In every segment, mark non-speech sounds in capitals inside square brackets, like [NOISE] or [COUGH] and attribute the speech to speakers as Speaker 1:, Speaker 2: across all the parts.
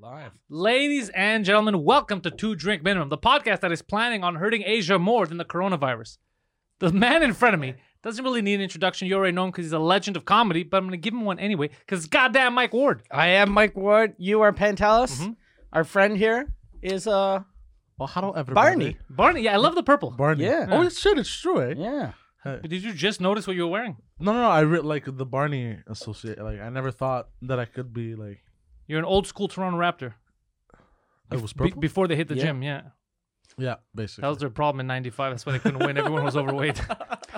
Speaker 1: Live.
Speaker 2: Ladies and gentlemen, welcome to Two Drink Minimum, the podcast that is planning on hurting Asia more than the coronavirus. The man in front of me doesn't really need an introduction. You already know him because he's a legend of comedy, but I'm going to give him one anyway because goddamn Mike Ward.
Speaker 1: I am Mike Ward. You are Pantelis.
Speaker 2: Mhm.
Speaker 1: Our friend here is uh
Speaker 3: Well, how don't ever
Speaker 1: Barney.
Speaker 2: Barney, yeah, I love the purple.
Speaker 3: Barney.
Speaker 1: Yeah.
Speaker 3: Oh shit, it's true. Eh?
Speaker 1: Yeah.
Speaker 2: But Did you just notice what you were wearing?
Speaker 3: No, no, no. I re- like the Barney associate. Like I never thought that I could be like
Speaker 2: You're an old school Toronto Raptor.
Speaker 3: I was
Speaker 2: Be-
Speaker 3: purple.
Speaker 2: before they hit the
Speaker 1: Yeah.
Speaker 2: gym, yeah.
Speaker 3: yeah,
Speaker 2: That
Speaker 3: basically.
Speaker 2: was their problem in 95. That's why they couldn't
Speaker 1: [LAUGHS]
Speaker 2: win. Everyone was overweight.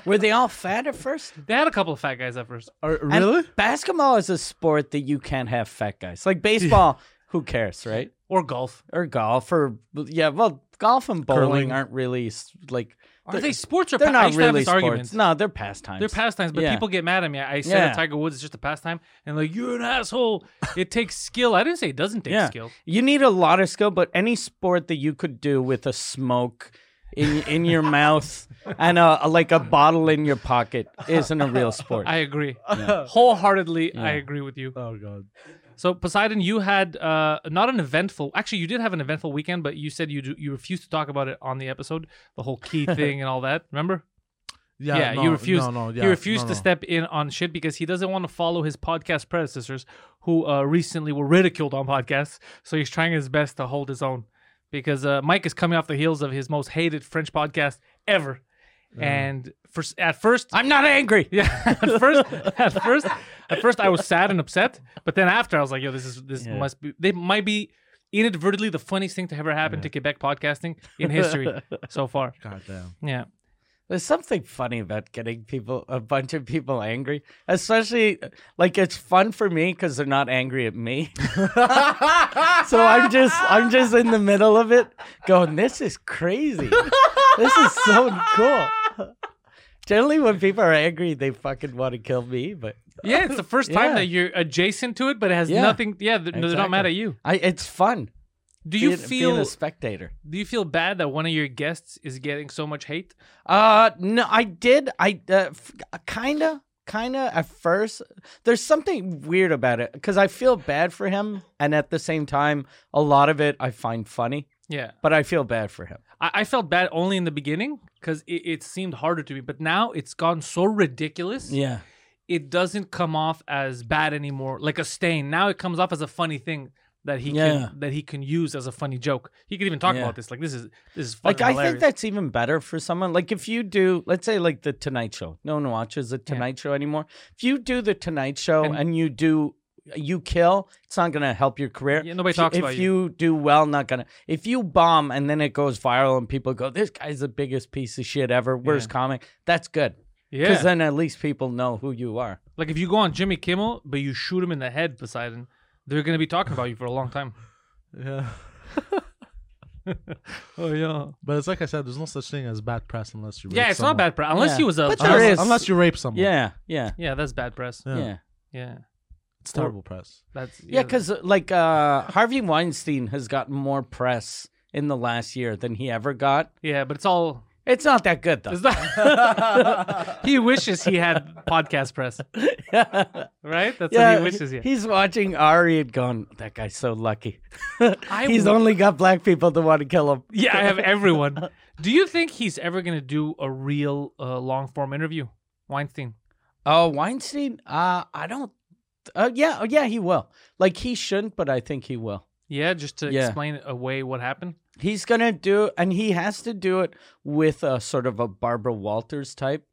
Speaker 1: Were they all fat at first?
Speaker 2: They had a couple of fat guys at first.
Speaker 3: Are-
Speaker 1: And
Speaker 3: really?
Speaker 1: basketball is a sport that you can't have fat guys. Like baseball, who cares, right?
Speaker 2: Or golf.
Speaker 1: Or golf or yeah, well, golf and bowling
Speaker 3: Curling.
Speaker 1: aren't really s- like
Speaker 2: Are
Speaker 1: They're-
Speaker 2: they sports or
Speaker 1: they're
Speaker 2: pa- I
Speaker 1: not
Speaker 2: used to have
Speaker 1: really
Speaker 2: this
Speaker 1: sports.
Speaker 2: argument.
Speaker 1: No, they're pastimes.
Speaker 2: They're pastimes, but
Speaker 1: Yeah.
Speaker 2: people get mad at me. I I said
Speaker 1: Yeah.
Speaker 2: that Tiger Woods is just a pastime, and like you're an asshole. it takes skill. I didn't say it doesn't take
Speaker 1: Yeah.
Speaker 2: skill.
Speaker 1: You need a lot of skill, but any sport that you could do with a smoke in in your
Speaker 2: [LAUGHS]
Speaker 1: mouth and a, like a bottle in your pocket isn't a real sport.
Speaker 2: I agree wholeheartedly. I
Speaker 1: Yeah.
Speaker 2: agree with you.
Speaker 3: oh god.
Speaker 2: So Poseidon, you had uh, not an eventful. Actually, you did have an eventful weekend, but you said you do, you refused to talk about it on the episode, the whole
Speaker 1: [LAUGHS]
Speaker 2: key thing and all that. Remember?
Speaker 3: Yeah.
Speaker 2: Yeah,
Speaker 3: no,
Speaker 2: you refused.
Speaker 3: No, no. Yeah.
Speaker 2: he refused
Speaker 3: no,
Speaker 2: to
Speaker 3: no.
Speaker 2: step in on shit because he doesn't want to follow his podcast predecessors, who uh, recently were ridiculed on podcasts. So he's trying his best to hold his own, because uh, Mike is coming off the heels of his most hated French podcast ever, and for, at first [LAUGHS]
Speaker 1: I'm not angry.
Speaker 2: yeah, at first, at first, at first, I was sad and upset. But then after, I was like, "Yo, this is this
Speaker 1: Yeah.
Speaker 2: must be. They might be inadvertently the funniest thing to ever happen to Quebec podcasting in history so far."
Speaker 3: God damn.
Speaker 2: Yeah,
Speaker 1: There's something funny about getting people, a bunch of people angry, especially like it's fun for me because they're not angry at me. [LAUGHS] so I'm just, I'm just in the middle of it, going, "This is crazy. this is so cool." Generally, when people are angry, they fucking want to kill me, but
Speaker 2: yeah, it's the first
Speaker 1: [LAUGHS]
Speaker 2: time
Speaker 1: Yeah.
Speaker 2: that you're adjacent to it, but it has
Speaker 1: Yeah.
Speaker 2: nothing. Yeah, they're, they're not mad
Speaker 1: Exactly.
Speaker 2: at you.
Speaker 1: I, it's fun.
Speaker 2: Do you
Speaker 1: being,
Speaker 2: feel
Speaker 1: being a spectator?
Speaker 2: do you feel bad that one of your guests is getting so much hate?
Speaker 1: Uh, no, I did. I uh, f- kinda, kinda at first. There's something weird about it because I feel bad for him, and at the same time, a lot of it I find funny,
Speaker 2: Yeah,
Speaker 1: but I feel bad for him.
Speaker 2: I, I felt bad only in the beginning because it, it seemed harder to me, but now it's gone so ridiculous.
Speaker 1: Yeah,
Speaker 2: it doesn't come off as bad anymore, like a stain. Now it comes off as a funny thing that he
Speaker 1: Yeah.
Speaker 2: can that he can use as a funny joke. He could even talk
Speaker 1: Yeah.
Speaker 2: about this. Like this is this is
Speaker 1: like
Speaker 2: fucking
Speaker 1: I think
Speaker 2: hilarious.
Speaker 1: that's even better for someone. Like if you do, let's say, like the Tonight Show. No one watches the Tonight Show anymore. If you do the Tonight Show
Speaker 2: And-
Speaker 1: and, you do. You kill, it's not gonna help your career.
Speaker 2: Yeah, nobody
Speaker 1: If-
Speaker 2: talks
Speaker 1: if
Speaker 2: about you.
Speaker 1: you do well, not gonna. If you bomb and then it goes viral and people go, "This guy's the biggest piece of shit ever, worst comic," that's good because
Speaker 2: yeah.
Speaker 1: then at least people know who you are.
Speaker 2: like if you go on Jimmy Kimmel, but you shoot him in the head, Poseidon, they're gonna be talking about you for a long time.
Speaker 3: Yeah. [LAUGHS]
Speaker 2: Oh yeah.
Speaker 3: But it's like I said, there's no such thing as bad press unless you.
Speaker 2: Yeah,
Speaker 3: rape
Speaker 2: it's
Speaker 3: someone.
Speaker 2: not bad press unless
Speaker 1: Yeah.
Speaker 2: he was a. unless-
Speaker 1: But there
Speaker 3: Unless,
Speaker 1: is-
Speaker 3: unless you rape someone.
Speaker 1: Yeah, yeah,
Speaker 2: Mm. Yeah, that's bad press.
Speaker 3: Yeah.
Speaker 1: yeah,
Speaker 2: Yeah,
Speaker 3: It's terrible press.
Speaker 2: that's
Speaker 1: yeah. Because like uh, Harvey Weinstein has gotten more press in the last year than he ever got.
Speaker 2: yeah, but it's all.
Speaker 1: It's not that good though.
Speaker 2: It's
Speaker 1: [LAUGHS]
Speaker 2: not, he wishes he had podcast
Speaker 1: [LAUGHS]
Speaker 2: press, right? That's what he wishes. Yeah.
Speaker 1: he's watching Ari and going, "That guy's so lucky.
Speaker 2: I
Speaker 1: he's
Speaker 2: w-
Speaker 1: only got black people to want to kill him."
Speaker 2: [LAUGHS] Yeah,
Speaker 1: [LAUGHS]
Speaker 2: I have everyone. Do you think he's ever going to do a real uh, long form interview? Weinstein.
Speaker 1: Oh, Weinstein? Uh, I don't. Uh, yeah, oh, yeah, he will. Like he shouldn't, but I think he will.
Speaker 2: Yeah, just to
Speaker 1: Yeah.
Speaker 2: explain away what happened.
Speaker 1: He's gonna do, and he has to do it with a sort of a Barbara Walters type.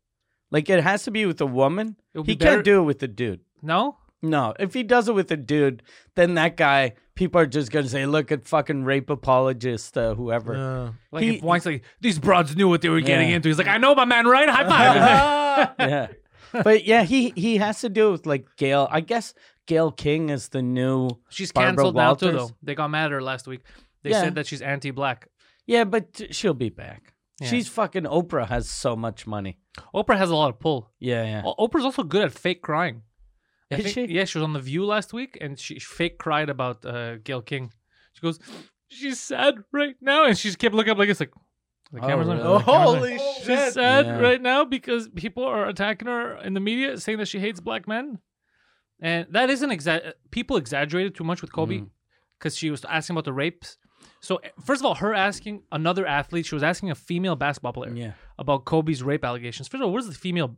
Speaker 1: Like it has to be with a woman.
Speaker 2: It would
Speaker 1: He
Speaker 2: be better-
Speaker 1: can't do it with a dude.
Speaker 2: No?
Speaker 1: No, if he does it with a dude, then that guy, people are just gonna say, "Look at fucking rape apologist, uh, whoever."
Speaker 3: Yeah.
Speaker 2: Like
Speaker 1: He-
Speaker 2: if Weinstein, like, these broads knew what they were getting
Speaker 1: Yeah.
Speaker 2: into. He's like, I know my man, right? High five.
Speaker 1: [LAUGHS]
Speaker 2: [LAUGHS]
Speaker 1: yeah. But yeah, he he has to do it with like Gail. I guess Gail King is the new.
Speaker 2: she's
Speaker 1: Barbara
Speaker 2: canceled now, too,
Speaker 1: Walters?
Speaker 2: though. They got mad at her last week. They
Speaker 1: Yeah.
Speaker 2: said that she's anti black.
Speaker 1: Yeah, but she'll be back.
Speaker 2: Yeah.
Speaker 1: She's fucking Oprah has so much money.
Speaker 2: Oprah has a lot of pull.
Speaker 1: Yeah, yeah.
Speaker 2: O- Oprah's also good at fake crying. Oh, I
Speaker 1: Is
Speaker 2: think-
Speaker 1: she?
Speaker 2: Yeah, she was on The View last week and she she fake cried about uh, Gail King. She goes, She's sad right now. And she kept looking up like it's like, the
Speaker 1: Oh,
Speaker 2: camera's on.
Speaker 1: really?
Speaker 2: the camera's on. She's
Speaker 3: shit!
Speaker 2: sad
Speaker 1: Yeah.
Speaker 2: right now because people are attacking her in the media saying
Speaker 1: Mm.
Speaker 2: that she hates black men. And that isn't exa- people exaggerated too much with Kobe. because she was asking about the rapes. So first of all, her asking another athlete, she was asking a female basketball player
Speaker 1: Yeah.
Speaker 2: about Kobe's rape allegations. First of all, what does the female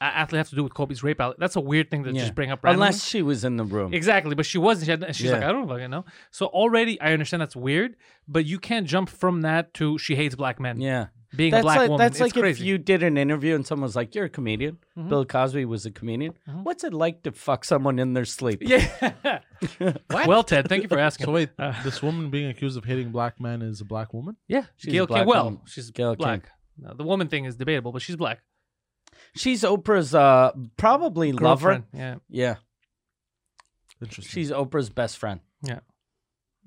Speaker 2: a- athlete have to do with Kobe's rape? Alle- That's a weird thing to
Speaker 1: yeah.
Speaker 2: just bring up. Randomly.
Speaker 1: Unless she was in the room.
Speaker 2: Exactly, but she wasn't. She had, and she's like,
Speaker 1: Yeah.
Speaker 2: I don't fucking know. So already, I understand that's weird, but you can't jump from that to she hates black men.
Speaker 1: Yeah.
Speaker 2: Being
Speaker 1: That's
Speaker 2: a black
Speaker 1: like,
Speaker 2: woman,
Speaker 1: that's
Speaker 2: it's
Speaker 1: like
Speaker 2: crazy.
Speaker 1: if you did an interview and someone was like, "You're a comedian."
Speaker 2: Mhm.
Speaker 1: Bill Cosby was a comedian.
Speaker 2: Mhm.
Speaker 1: What's it like to fuck someone in their sleep?
Speaker 2: yeah. Well, Ted, thank you for asking.
Speaker 3: So wait,
Speaker 2: Uh,
Speaker 3: this woman being accused of hating black men is a black woman?
Speaker 2: yeah,
Speaker 1: She's
Speaker 2: Gail
Speaker 1: a black
Speaker 2: King. Well,
Speaker 1: woman.
Speaker 2: she's
Speaker 1: Gayle King.
Speaker 2: black. No, the woman thing is debatable, but she's black.
Speaker 1: She's Oprah's uh probably lover.
Speaker 2: Girlfriend, Yeah.
Speaker 1: Yeah,
Speaker 3: Interesting.
Speaker 1: she's Oprah's best friend.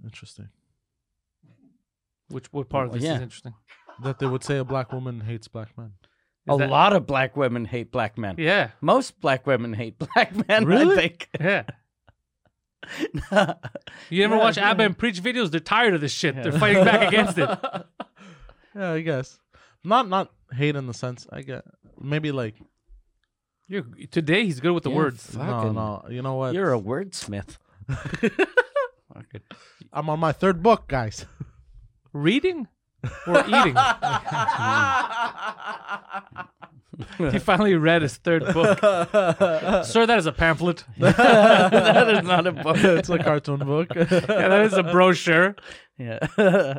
Speaker 3: Interesting.
Speaker 2: Which what part of
Speaker 1: Well,
Speaker 2: this is
Speaker 1: yeah.
Speaker 2: interesting?
Speaker 3: That they would say a black woman hates black men.
Speaker 2: Is
Speaker 1: a
Speaker 2: that-
Speaker 1: lot of black women hate black men.
Speaker 2: Yeah.
Speaker 1: Most black women hate black [LAUGHS] men. I
Speaker 3: Really? [LAUGHS]
Speaker 1: think.
Speaker 2: Yeah.
Speaker 1: [LAUGHS]
Speaker 2: You ever
Speaker 1: Yeah,
Speaker 2: watch
Speaker 1: yeah.
Speaker 2: ABBA and preach videos? They're tired of this shit. They're fighting back against
Speaker 1: [LAUGHS]
Speaker 2: it.
Speaker 3: Yeah, I guess. Not not hate in the sense I get maybe like
Speaker 2: You're, today he's good with the
Speaker 1: Yeah,
Speaker 2: words.
Speaker 1: Fucking-
Speaker 3: no no you know what
Speaker 1: You're a
Speaker 3: [LAUGHS]
Speaker 1: wordsmith. [LAUGHS] Fucking-
Speaker 3: I'm on my third book guys [LAUGHS]
Speaker 2: Reading or
Speaker 1: [LAUGHS]
Speaker 2: eating? he finally read his third
Speaker 1: [LAUGHS]
Speaker 2: book. Sir, that is a pamphlet. [LAUGHS] yeah,
Speaker 1: that is not a book.
Speaker 3: it's a
Speaker 1: [LAUGHS]
Speaker 3: cartoon book
Speaker 2: that is a brochure.
Speaker 1: yeah.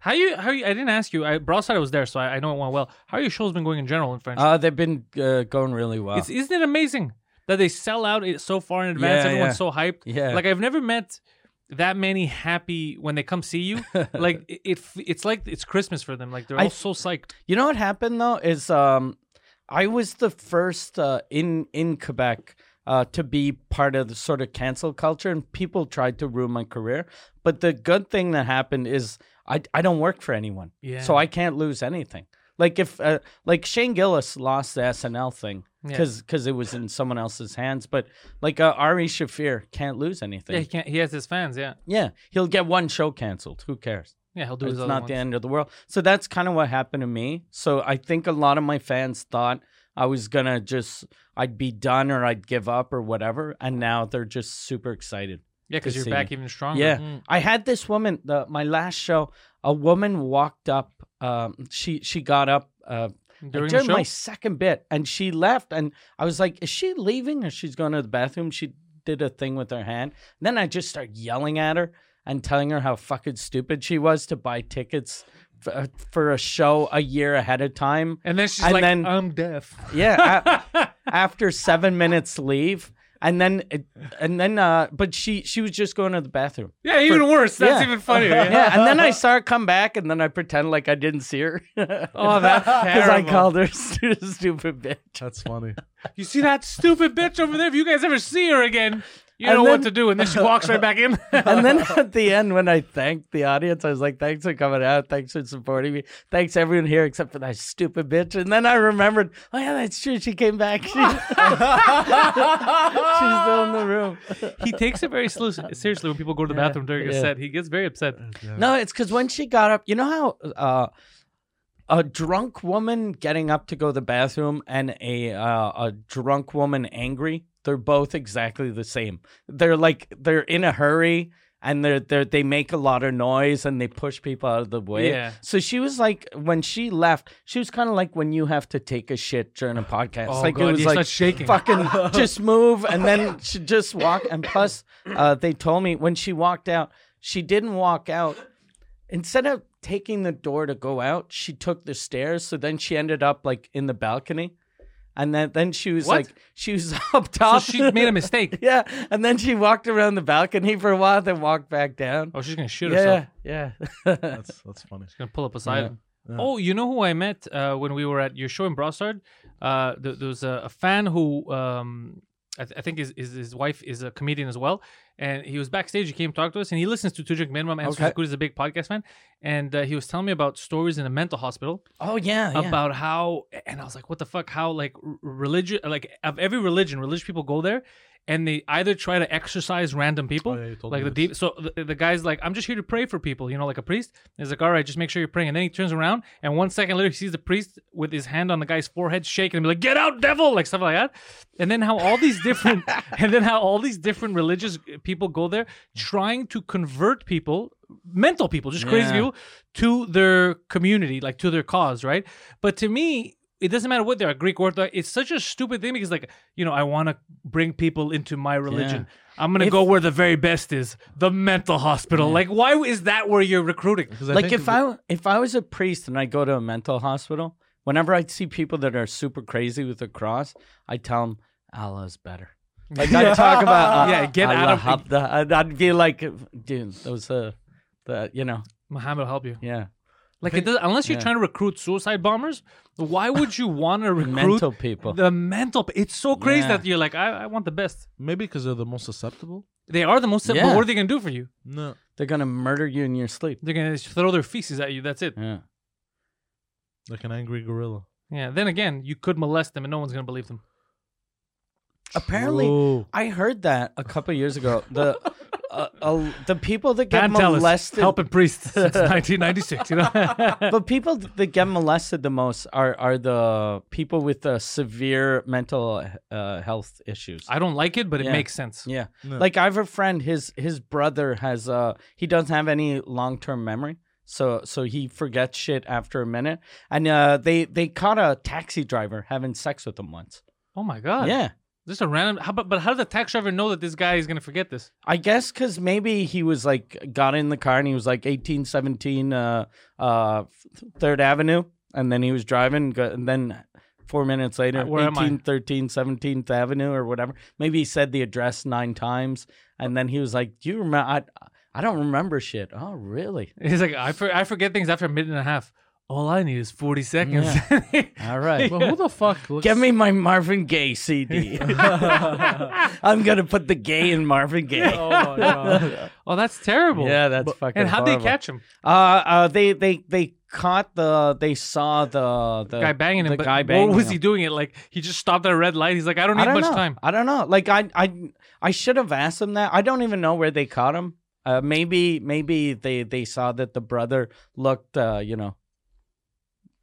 Speaker 2: How you? How you? I didn't ask you. I Broadside was there, so I, I know it went well. How your show's been going in general in French?
Speaker 1: [LAUGHS] Uh, they've been uh, going really well.
Speaker 2: it's, isn't it amazing that they sell out it so far in advance?
Speaker 1: Yeah,
Speaker 2: Everyone's
Speaker 1: yeah.
Speaker 2: so hyped.
Speaker 1: yeah.
Speaker 2: Like I've never met that many happy when they come see
Speaker 1: [LAUGHS]
Speaker 2: you. like it, it, it's like it's Christmas for them. Like they're
Speaker 1: I-
Speaker 2: all so psyched.
Speaker 1: You know what happened though is um, I was the first uh, in in Quebec uh, to be part of the sort of cancel culture, and people tried to ruin my career. But the good thing that happened is I I don't work for anyone,
Speaker 2: Yeah.
Speaker 1: so I can't lose anything. Like if uh, like Shane Gillis lost the SNL thing
Speaker 2: Yeah.
Speaker 1: because it was in someone else's hands, but like uh, Ari Shafir can't lose anything.
Speaker 2: Yeah, he can't. He has his fans. Yeah,
Speaker 1: yeah, he'll get one show canceled. Who cares?
Speaker 2: yeah. He'll do
Speaker 1: it's
Speaker 2: his other
Speaker 1: not
Speaker 2: ones.
Speaker 1: the end of the world. So that's kind of what happened to me. So I think a lot of my fans thought I was gonna just I'd be done or I'd give up or whatever, and now they're just super excited.
Speaker 2: Yeah, because
Speaker 1: to
Speaker 2: you're
Speaker 1: see
Speaker 2: back even stronger.
Speaker 1: Yeah,
Speaker 2: Mm.
Speaker 1: I had this woman. The, my last show, a woman walked up. Um, she she got up. Uh,
Speaker 2: During
Speaker 1: during,
Speaker 2: the show.
Speaker 1: my second bit and she left and i was like is she leaving or she's going to the bathroom she did a thing with her hand and then i just started yelling at her and telling her how fucking stupid she was to buy tickets for, for a show a year ahead of time
Speaker 2: and then she's
Speaker 1: and
Speaker 2: like,
Speaker 1: then-
Speaker 2: "I'm deaf."
Speaker 1: yeah
Speaker 2: [LAUGHS]
Speaker 1: a- after seven minutes leave and then it- and then uh but she she was just going to the bathroom
Speaker 2: Yeah, even worse. That's
Speaker 1: Yeah.
Speaker 2: even funnier.
Speaker 1: [LAUGHS] yeah. and then
Speaker 2: [LAUGHS]
Speaker 1: i saw her come back and then i pretend like i didn't see her [LAUGHS]
Speaker 2: Oh, that's
Speaker 1: because i
Speaker 2: terrible.
Speaker 1: called her [LAUGHS] stu- stupid bitch
Speaker 3: that's funny
Speaker 2: You see that stupid bitch over there? If you guys ever see her again, you
Speaker 1: And
Speaker 2: know what
Speaker 1: then-
Speaker 2: to do. And then she walks right back in.
Speaker 1: [LAUGHS] and then at the end, when I thanked the audience, I was like, "Thanks for coming out. Thanks for supporting me. Thanks everyone here except for that stupid bitch." And then I remembered, "Oh yeah, that's true. She came back. [LAUGHS] She, she's still in the room."
Speaker 2: [LAUGHS] he takes it very slu- seriously when people go to the
Speaker 1: Yeah,
Speaker 2: bathroom during a
Speaker 1: yeah.
Speaker 2: set. He gets very upset.
Speaker 1: No, it's because when she got up, you know how uh, a drunk woman getting up to go to the bathroom and a uh, a drunk woman angry, they're both exactly the same. They're like they're in a hurry and they're they are they make a lot of noise and they push people out of the way.
Speaker 2: Yeah.
Speaker 1: So she was like when she left, she was kind of like when you have to take a shit during a podcast.
Speaker 2: Oh,
Speaker 1: like
Speaker 2: God,
Speaker 1: it was
Speaker 2: you
Speaker 1: like
Speaker 2: start shaking.
Speaker 1: fucking
Speaker 2: [LAUGHS]
Speaker 1: just move and then she just walk and plus uh, they told me when she walked out, she didn't walk out instead of taking the door to go out, she took the stairs. So then she ended up like in the balcony. And then, then she was
Speaker 2: What?
Speaker 1: like, she was [LAUGHS] up
Speaker 2: So
Speaker 1: top.
Speaker 2: she made a mistake.
Speaker 1: [LAUGHS] yeah. And then she walked around the balcony for a while, then walked back down.
Speaker 2: Oh, she's gonna shoot herself.
Speaker 1: yeah. Yeah. [LAUGHS]
Speaker 3: that's that's funny
Speaker 2: She's gonna pull up a side. Oh, you know who I met uh, when we were at your show in Brossard? Uh, th- there was a, a fan who um, I, th- I think his, his his wife is a comedian as well, and he was backstage. He came talk to us, and he listens to Two Drink Minimum. And
Speaker 1: Okay.
Speaker 2: okay. is a big podcast fan, and uh, he was telling me about stories in a mental hospital
Speaker 1: oh, yeah. yeah.
Speaker 2: about how and i was like what the fuck how like religion like of every religion religious people go there and they either try to exorcise random people
Speaker 3: Oh, yeah, you told
Speaker 2: like
Speaker 3: me
Speaker 2: the
Speaker 3: this.
Speaker 2: deep so the, the guy's like i'm just here to pray for people you know like a priest he's like all right just make sure you're praying and then he turns around and one second later he sees the priest with his hand on the guy's forehead shaking and be like [LAUGHS]
Speaker 1: [LAUGHS]
Speaker 2: get out devil like stuff like that and then how all these different and then how all these different religious uh, people go there trying to convert people, mental people, just crazy
Speaker 1: Yeah.
Speaker 2: people, to their community, like to their cause, right? But to me, it doesn't matter what they are, Greek Orthodox. It's such a stupid thing because, like, you know, I want to bring people into my religion. I'm gonna
Speaker 1: If-
Speaker 2: go where the very best is, the mental hospital. Like, why is that where you're recruiting?
Speaker 3: 'Cause
Speaker 1: like
Speaker 3: think
Speaker 1: if I if I was a priest and I go to a mental hospital, whenever I see people that are super crazy with the cross, I tell them Allah's better. Like I talk about
Speaker 2: [LAUGHS]
Speaker 1: uh,
Speaker 2: Yeah, get out of-
Speaker 1: Allah Habda. I'd, I'd be like, dude, those uh, the you know,
Speaker 2: Muhammad will help you.
Speaker 1: yeah,
Speaker 2: Like, it does, unless you're
Speaker 1: yeah.
Speaker 2: trying to recruit suicide bombers, why would you want to recruit
Speaker 1: [LAUGHS] mental people.
Speaker 2: the mental? p- It's so crazy
Speaker 1: Yeah.
Speaker 2: that you're like, I, I want the best.
Speaker 3: maybe because they're the most susceptible.
Speaker 2: They are the most. simple.
Speaker 1: Yeah.
Speaker 2: What are they gonna do for you?
Speaker 3: No,
Speaker 1: They're gonna murder you in your sleep.
Speaker 2: They're gonna throw their feces at you. That's it.
Speaker 1: Yeah.
Speaker 3: like an angry gorilla.
Speaker 2: Yeah. Then again, you could molest them, and no one's gonna believe them.
Speaker 1: Apparently,
Speaker 3: True.
Speaker 1: I heard that a couple years ago. The uh, uh, the people that get
Speaker 2: Dan Tellis,
Speaker 1: molested,
Speaker 2: helping
Speaker 1: [LAUGHS]
Speaker 2: priests since 1996. You know. [LAUGHS]
Speaker 1: but people that get molested the most are are the people with the severe mental uh, health issues.
Speaker 2: I don't like it, but it
Speaker 1: Yeah.
Speaker 2: makes sense.
Speaker 1: yeah,
Speaker 3: No.
Speaker 1: like I have a friend. His his brother has uh he doesn't have any long term memory. So, so he forgets shit after a minute, and uh, they they caught a taxi driver having sex with him once.
Speaker 2: Oh my god.
Speaker 1: Yeah,
Speaker 2: Just a random. How, but but how did the tax driver know that this guy is gonna forget this? [LAUGHS]
Speaker 1: I guess because maybe he was like got in the car and he was like 18, 17, uh, uh, Third Avenue, and then he was driving, go- and then four minutes later,
Speaker 2: Uh, where am I?
Speaker 1: 18, 13, 17th Avenue or whatever. Maybe he said the address nine times, and then he was like, "Do you remember?" I, I don't remember shit. Oh, really?
Speaker 2: He's like, I, for, I forget things after a minute and a half. All I need is 40 seconds.
Speaker 1: All right.
Speaker 3: But who the fuck? Looks,
Speaker 1: Get me my Marvin
Speaker 2: [LAUGHS]
Speaker 1: Gaye CD. [LAUGHS] I'm gonna put the gay in Marvin Gaye.
Speaker 2: oh, my God. [LAUGHS] oh, that's terrible.
Speaker 1: Yeah, that's fucking.
Speaker 2: And how'd
Speaker 1: horrible.
Speaker 2: they catch him?
Speaker 1: Uh, uh, they they they caught the they saw the the
Speaker 2: guy banging him.
Speaker 1: the
Speaker 2: but
Speaker 1: guy banging
Speaker 2: What was
Speaker 1: him.
Speaker 2: he doing? It like he just stopped at a red light. He's like, I don't need
Speaker 1: I don't
Speaker 2: much
Speaker 1: know.
Speaker 2: time.
Speaker 1: I don't know. Like I I I should have asked him that. I don't even know where they caught him. Uh, maybe maybe they they saw that the brother looked uh you know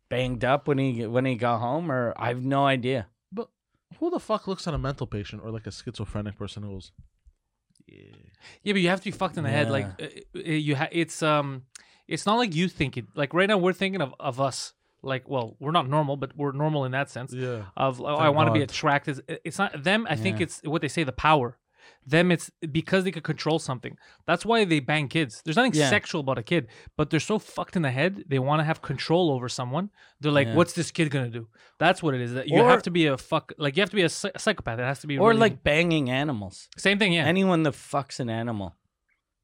Speaker 1: banged up when he when he got home or I have no idea.
Speaker 3: But who the fuck looks at a mental patient or like a schizophrenic person who goes, yeah,
Speaker 2: Yeah, but you have to be fucked in the head. Like uh, uh, you, ha- it's um, it's not like you think it. Like right now, we're thinking of of us. Like, well, we're not normal, but we're normal in that sense.
Speaker 3: yeah,
Speaker 2: Of oh,
Speaker 3: Thank
Speaker 2: I want to be
Speaker 3: God.
Speaker 2: attracted. It- It's not them. I think
Speaker 1: Yeah.
Speaker 2: it's what they say the power. Them, it's because they could control something. That's why they bang kids. There's nothing
Speaker 1: Yeah.
Speaker 2: sexual about a kid, but they're so fucked in the head. They want to have control over someone. They're like,
Speaker 1: Yeah.
Speaker 2: "What's this kid gonna do?" That's what it is. That you
Speaker 1: Or-
Speaker 2: have to be a fuck. Like you have to be a psy- psychopath. It has to be
Speaker 1: Or
Speaker 2: really-
Speaker 1: like banging animals.
Speaker 2: same thing. Yeah,
Speaker 1: anyone that fucks an animal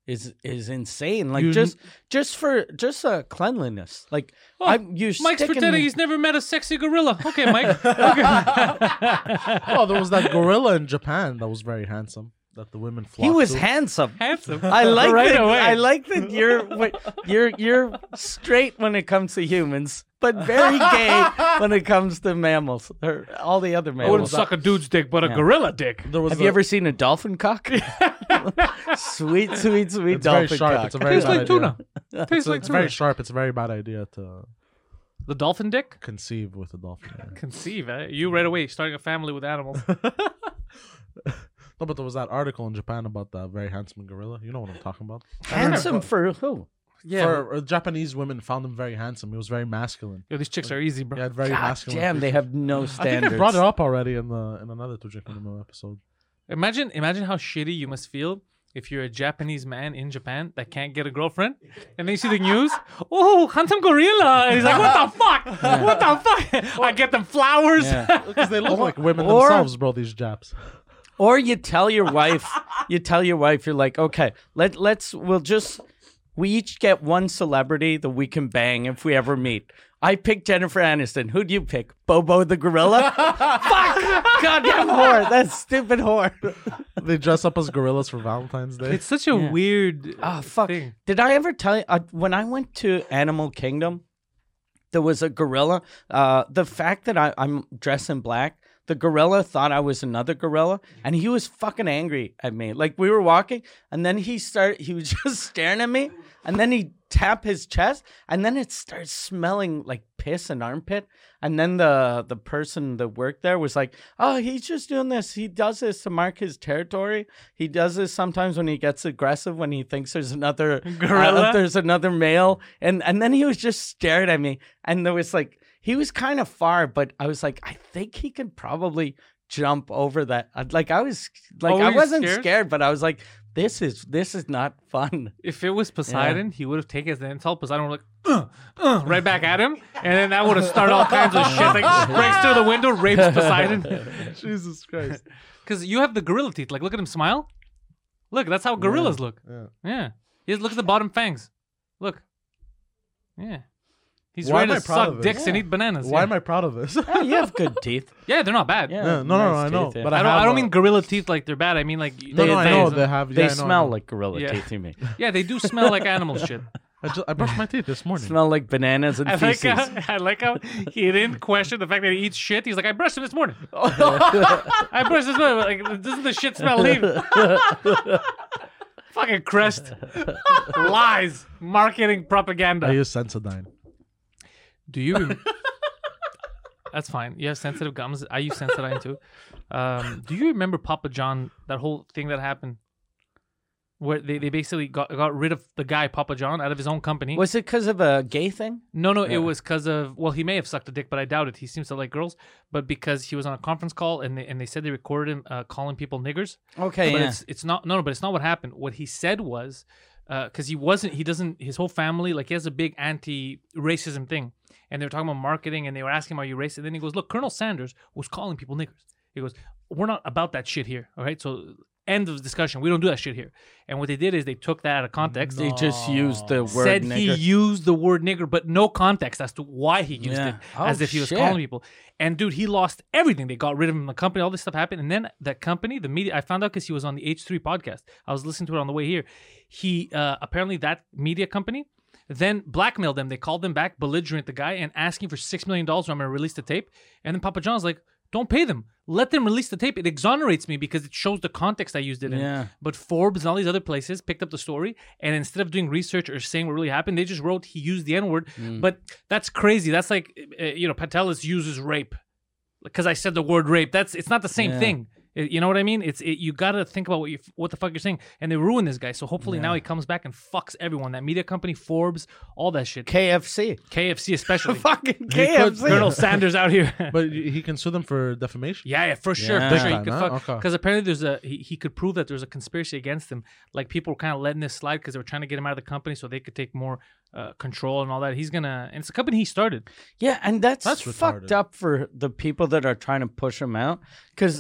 Speaker 1: is is insane. Like
Speaker 2: You-
Speaker 1: just just for just uh, cleanliness. Like
Speaker 2: Oh,
Speaker 1: I'm you
Speaker 2: Mike's
Speaker 1: sticking
Speaker 2: pretending
Speaker 1: me-
Speaker 2: he's never met a sexy gorilla. Okay, Mike. Okay. [LAUGHS]
Speaker 3: Oh, there was that gorilla in Japan that was very handsome that the women flocked
Speaker 1: he was
Speaker 3: to.
Speaker 1: handsome.
Speaker 2: Handsome.
Speaker 1: I like
Speaker 2: right
Speaker 1: that.
Speaker 2: away.
Speaker 1: I like that
Speaker 3: [LAUGHS]
Speaker 1: you're wh- you're you're straight when it comes to humans, but very
Speaker 3: [LAUGHS]
Speaker 1: gay when it comes to mammals or all the other
Speaker 2: I wouldn't
Speaker 1: mammals.
Speaker 2: suck a dude's dick, but a
Speaker 1: Yeah.
Speaker 2: gorilla dick.
Speaker 3: there was
Speaker 1: Have
Speaker 3: the-
Speaker 1: you ever seen a dolphin cock?
Speaker 3: [LAUGHS]
Speaker 1: sweet, sweet, sweet
Speaker 3: It's very
Speaker 1: dolphin
Speaker 3: sharp.
Speaker 1: cock.
Speaker 3: It's a very
Speaker 2: Tastes
Speaker 3: bad
Speaker 2: like
Speaker 3: idea.
Speaker 2: tuna.
Speaker 3: It's,
Speaker 2: Tastes like
Speaker 3: it's very
Speaker 2: tuna.
Speaker 3: sharp. It's a very bad idea to
Speaker 2: The dolphin dick.
Speaker 3: conceive with a dolphin. yeah.
Speaker 2: Conceive. Eh? You right away starting a family with animals.
Speaker 3: No, but there was that article in Japan about that very handsome gorilla. You know what I'm talking about?
Speaker 1: Handsome for who?
Speaker 2: Yeah.
Speaker 3: For, uh, Japanese women found him very handsome. He was very masculine.
Speaker 2: Yo, these chicks are easy, bro.
Speaker 3: He had very
Speaker 1: God
Speaker 3: masculine.
Speaker 1: damn, they have no
Speaker 3: I think
Speaker 1: standards.
Speaker 3: I brought it up already in the in another Two [SIGHS] Drink Minimum episode.
Speaker 2: Imagine, imagine how shitty you must feel if you're a Japanese man in Japan that can't get a girlfriend, and then you see the news. Oh, handsome gorilla! And he's like, what the fuck? What the fuck? I get them flowers.
Speaker 1: Yeah.
Speaker 3: Because they look like women
Speaker 1: or-
Speaker 3: themselves, bro. These Japs.
Speaker 1: Or you tell your wife, you tell your wife, you're like, okay, let let's we'll just we each get one celebrity that we can bang if we ever meet. I pick Jennifer Aniston. Who do you pick? Bobo the gorilla? Fuck! Goddamn whore! That stupid whore.
Speaker 3: [LAUGHS] they dress up as gorillas for Valentine's Day.
Speaker 2: It's such a weird uh,
Speaker 1: Ah, fuck.
Speaker 2: thing.
Speaker 1: Did I ever tell you uh, when I went to Animal Kingdom? There was a gorilla. Uh, the fact that I, I'm dressed in black, the gorilla thought I was another gorilla, and he was fucking angry at me. Like we were walking, and then he started. He was [LAUGHS] just staring at me, and then he tap his chest, and then it starts smelling like piss and armpit. And then the the person that worked there was like, "Oh, he's just doing this. He does this to mark his territory. He does this sometimes when he gets aggressive when he thinks there's another
Speaker 2: Gorilla?
Speaker 1: uh, there's another male." And and then he was just stared at me, and there was like he was kind of far, but I was like, I think he could probably jump over that. I'd- Like I was like
Speaker 2: Oh, were
Speaker 1: I
Speaker 2: you
Speaker 1: wasn't
Speaker 2: scared?
Speaker 1: scared, but I was like, this is this is not fun.
Speaker 2: If it was Poseidon, he would have taken his insult. Poseidon would have like, uh, uh, right back at him, and then that would have started all kinds of shit. Like breaks through the window, rapes Poseidon.
Speaker 3: [LAUGHS] Jesus Christ.
Speaker 2: Because you have the gorilla teeth. Like look at him smile. Look, that's how gorillas look.
Speaker 3: Yeah.
Speaker 2: Yeah. He just look at the bottom fangs. Look. Yeah. He's
Speaker 3: Why
Speaker 2: ready
Speaker 3: am
Speaker 2: to
Speaker 3: I proud of
Speaker 2: suck
Speaker 3: it?
Speaker 2: dicks and eat bananas. [LAUGHS]
Speaker 3: Why
Speaker 2: yeah.
Speaker 3: am I proud of [LAUGHS] this?
Speaker 1: Yeah, [LAUGHS] you have good teeth.
Speaker 2: Yeah, they're not bad.
Speaker 1: Yeah,
Speaker 3: No, no, no, I know,
Speaker 1: yeah.
Speaker 3: but
Speaker 2: I
Speaker 3: I
Speaker 2: don't. I
Speaker 3: have
Speaker 2: don't
Speaker 3: a-
Speaker 2: mean gorilla teeth like they're bad. I mean like
Speaker 3: no, no, I know
Speaker 2: they-
Speaker 3: they have.
Speaker 1: they
Speaker 3: yeah, I know, I
Speaker 1: smell
Speaker 3: know.
Speaker 1: like gorilla
Speaker 2: Yeah.
Speaker 1: teeth to me.
Speaker 2: Yeah, they do smell like animal shit.
Speaker 3: I, just, I brushed my teeth this morning.
Speaker 1: smell like bananas and
Speaker 2: I like,
Speaker 1: feces.
Speaker 2: how, [LAUGHS] I like how he didn't question the fact that he eats shit. He's like, I brushed him this morning. I brushed this morning. Like, doesn't the shit smell leave? Fucking crest. Lies. Marketing
Speaker 3: I
Speaker 2: propaganda.
Speaker 3: use [LAUGHS] Sensodyne.
Speaker 2: Do you? Rem- That's fine. You have sensitive gums. I use Sensodyne too. Um, do you remember Papa John? That whole thing that happened, where they, they basically got got rid of the guy Papa John out of his own company.
Speaker 1: Was it because of a gay thing?
Speaker 2: No, no, it was because of well, he may have sucked a dick, but I doubt it. He seems to like girls, but because he was on a conference call and they, and they said they recorded him uh, calling people niggers.
Speaker 1: Okay,
Speaker 2: But
Speaker 1: yeah.
Speaker 2: it's it's not no, no, but it's not what happened. What he said was because he wasn't he doesn't his whole family like he has a big anti-racism thing, and they were talking about marketing and they were asking him are you racist? And then he goes, look, Colonel Sanders was calling people niggers. He goes, we're not about that shit here. All right, so end of discussion. We don't do that shit here. And what they did is they took that out of context
Speaker 1: they just used the word
Speaker 2: said he
Speaker 1: nigger.
Speaker 2: used the word nigger, but no context as to why he used it,
Speaker 1: Yeah. Oh,
Speaker 2: as if he was
Speaker 1: shit.
Speaker 2: calling people. And dude, he lost everything. They got rid of him. in The company, all this stuff happened, and then that company, the media, I found out because he was on the H three podcast. I was listening to it on the way here. He uh, apparently that media company then blackmailed them. They called them back, belligerent the guy, and asking for six million dollars. I'm going to release the tape. And then Papa John's like. Don't pay them. Let them release the tape. It exonerates me because it shows the context I used it in.
Speaker 1: Yeah.
Speaker 2: But Forbes and all these other places picked up the story, and instead of doing research or saying what really happened, they just wrote he used the N word. But that's crazy. That's like uh, you know, Patelis uses rape because I said the word rape. That's it's not the same
Speaker 1: Yeah.
Speaker 2: thing. Uh, You know what I mean? It's it, you got to think about what you what the fuck you're saying, and they ruin this guy. So hopefully now he comes back and fucks everyone. That media company, Forbes, all that shit,
Speaker 1: KFC.
Speaker 2: KFC especially.
Speaker 1: Fucking
Speaker 3: could-
Speaker 1: KFC.
Speaker 2: Colonel Sanders out here.
Speaker 3: [LAUGHS] But y- he can sue them for defamation.
Speaker 2: Yeah, yeah, for sure,
Speaker 1: Yeah.
Speaker 2: for
Speaker 1: Big
Speaker 2: sure.
Speaker 3: time,
Speaker 2: he could
Speaker 3: huh?
Speaker 2: fuck
Speaker 3: Okay.
Speaker 2: because apparently there's a he, he could prove that there's a conspiracy against him. Like people were kind of letting this slide because they were trying to get him out of the company so they could take more uh, control and all that. He's gonna and it's a company he started.
Speaker 1: Yeah, and that's,
Speaker 3: That's retarded.
Speaker 1: fucked up for the people that are trying to push him out. Because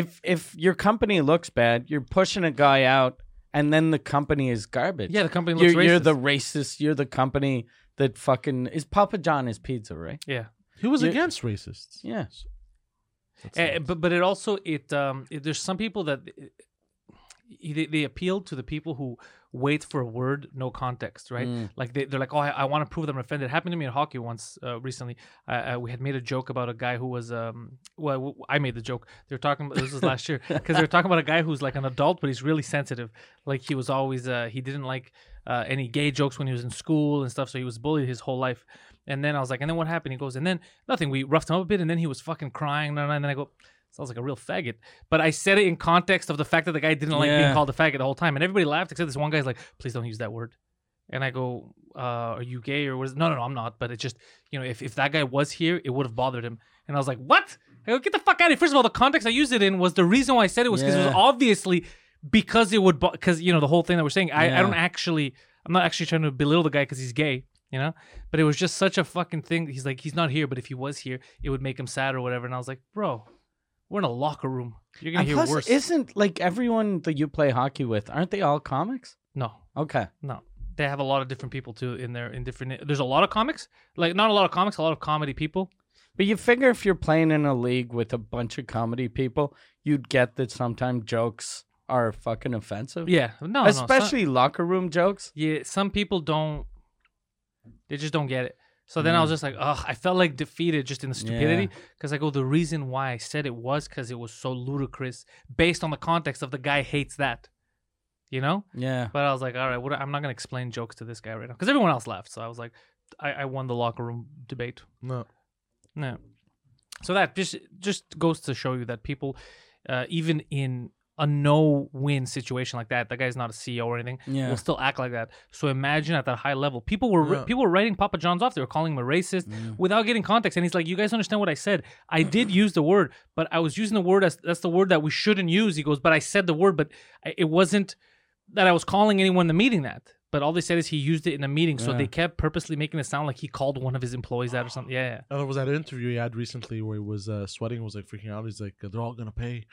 Speaker 1: if if your company looks bad, you're pushing a guy out, and then the company is garbage.
Speaker 2: Yeah, the company looks
Speaker 1: you're, you're
Speaker 2: racist.
Speaker 1: the racist. You're the company that fucking is Papa John is pizza, right?
Speaker 2: Yeah,
Speaker 3: He was
Speaker 1: Yeah.
Speaker 3: against racists.
Speaker 1: Yeah.
Speaker 3: That's
Speaker 2: Eh,
Speaker 3: nice.
Speaker 2: but but it also it um it, there's some people that eh, they, they appeal to the people who wait for a word no context right like they, they're like oh i, I want to prove that i'm offended it happened to me in hockey once uh, recently I, I, we had made a joke about a guy who was um well w- i made the joke they were talking about this was last year because they were talking about a guy who's like an adult but he's really sensitive like he was always uh he didn't like uh, any gay jokes when he was in school and stuff so he was bullied his whole life and then I was like, and then what happened? He goes, and then nothing. We roughed him up a bit, and then he was fucking crying. And then I go, sounds like a real faggot. But I said it in context of the fact that the guy didn't like being
Speaker 1: Yeah.
Speaker 2: called a faggot the whole time, and everybody laughed except this one guy's like, please don't use that word. And I go, uh, are you gay or what? Is-? No, no, no, I'm not. But it just, you know, if, if that guy was here, it would have bothered him. And I was like, what? I go, get the fuck out of here. First of all, the context I used it in was the reason why I said it was because it was
Speaker 1: Yeah.
Speaker 2: obviously because it would, because, you know, the whole thing that we're saying, I, I
Speaker 1: Yeah.
Speaker 2: don't actually, I'm not actually trying to belittle the guy because he's gay, you know? But it was just such a fucking thing. He's like, he's not here, but if he was here, it would make him sad or whatever. And I was like, bro, we're in a locker room. You're going
Speaker 1: And
Speaker 2: to hear
Speaker 1: plus,
Speaker 2: worse.
Speaker 1: isn't like everyone that you play hockey with aren't they all comics?
Speaker 2: no,
Speaker 1: Okay,
Speaker 2: no. They have a lot of different people too in there, in different. There's a lot of comics, like not a lot of comics, a lot of comedy people.
Speaker 1: but you figure if you're playing in a league with a bunch of comedy people, you'd get that sometimes jokes are fucking offensive.
Speaker 2: Yeah, no, no, some-
Speaker 1: especially locker room jokes.
Speaker 2: yeah, some people don't. They just don't get it. So then I was just like, ugh, I felt like defeated just in the stupidity because I go, the reason why I said it was because it was so ludicrous based on the context of the guy hates that. you know?
Speaker 1: Yeah.
Speaker 2: But I was like, all right, what, I'm not gonna explain jokes to this guy right now because everyone else left. So I was like, I, I won the locker room debate.
Speaker 3: No.
Speaker 2: No. So that just just goes to show you that people, uh, even in a no-win situation like that, that guy's not a CEO or anything,
Speaker 1: Yeah.
Speaker 2: will still act like that. So imagine at that high level, people were
Speaker 3: Yeah. Mm.
Speaker 2: people were writing Papa John's off. They were calling him a racist
Speaker 1: Mm,
Speaker 2: without getting context. And he's like, "You guys understand what I said? I did
Speaker 3: Mm-hmm.
Speaker 2: use the word, but I was using the word as that's the word that we shouldn't use." He goes, "But I said the word, but I, it wasn't that I was calling anyone in the meeting that." But all they said is he used it in a meeting, so
Speaker 1: Yeah.
Speaker 2: they kept purposely making it sound like he called one of his employees that or
Speaker 3: [GASPS]
Speaker 2: something. Yeah, [LAUGHS] yeah.
Speaker 3: And there was that interview he had recently where he was uh, sweating, was like freaking out. He's like, they're all gonna pay.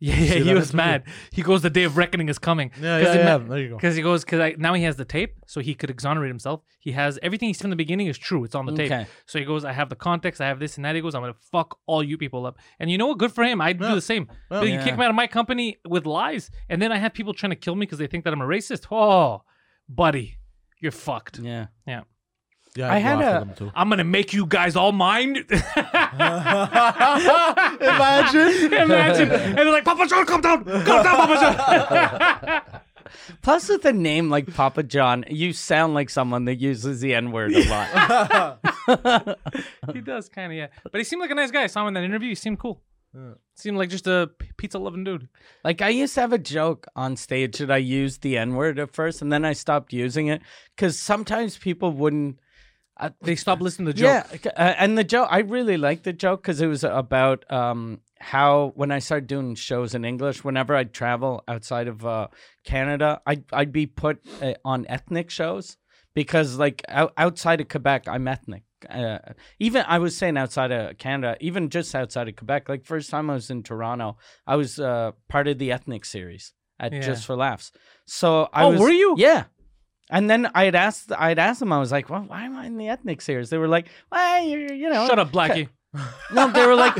Speaker 2: Yeah, yeah,
Speaker 3: See,
Speaker 2: he
Speaker 3: that
Speaker 2: was
Speaker 3: is-
Speaker 2: mad. He goes, "The day of reckoning is coming."
Speaker 3: Yeah,
Speaker 2: 'Cause
Speaker 3: yeah,
Speaker 2: he
Speaker 3: yeah.
Speaker 2: ma-
Speaker 3: there you go.
Speaker 2: Because he goes, because now he has the tape, so he could exonerate himself. He has everything he said in the beginning is true. It's on the
Speaker 1: Okay.
Speaker 2: tape. So he goes, I have the context, I have this and that. He goes, I'm gonna fuck all you people up. And you know what? Good for him. I'd
Speaker 3: Yeah.
Speaker 2: do the same.
Speaker 3: Yeah.
Speaker 2: But you
Speaker 1: Yeah.
Speaker 2: kick me out of my company with lies, and then I have people trying to kill me because they think that I'm a racist. Oh, buddy, you're fucked.
Speaker 1: Yeah.
Speaker 3: Yeah,
Speaker 1: I
Speaker 3: I'd
Speaker 1: had
Speaker 3: laugh at
Speaker 1: a-
Speaker 3: him too.
Speaker 2: I'm gonna make you guys all mine. [LAUGHS]
Speaker 3: Imagine.
Speaker 2: Imagine, and they're like, Papa John, calm down, calm down, Papa John.
Speaker 1: [LAUGHS] Plus, with a name like Papa John, you sound like someone that uses the N word a lot.
Speaker 2: [LAUGHS] he does kind of yeah but he seemed like a nice guy i saw him in that interview he seemed cool
Speaker 3: Yeah.
Speaker 2: seemed like just a pizza loving dude
Speaker 1: like, I used to have a joke on stage that I used the N word at first, and then I stopped using it because sometimes people wouldn't. Uh,
Speaker 2: they stopped listening to the
Speaker 1: Yeah,
Speaker 2: joke
Speaker 1: c- uh, and the joke I really liked the joke because it was about um, how when I started doing shows in English, whenever I'd travel outside of uh, Canada, I'd I'd be put uh, on ethnic shows because like out, outside of Quebec, I'm ethnic. Uh, even I was saying outside of Canada, even just outside of Quebec. Like first time I was in Toronto, I was uh, part of the ethnic series at
Speaker 2: Yeah.
Speaker 1: Just for Laughs. So I
Speaker 2: Oh,
Speaker 1: was,
Speaker 2: were you?
Speaker 1: Yeah. And then I had asked, I had asked them. I was like, "Well, why am I in the ethnic series?" They were like, "Well, you're, you know."
Speaker 2: shut up blackie
Speaker 1: No, they were
Speaker 2: [LAUGHS]
Speaker 1: like,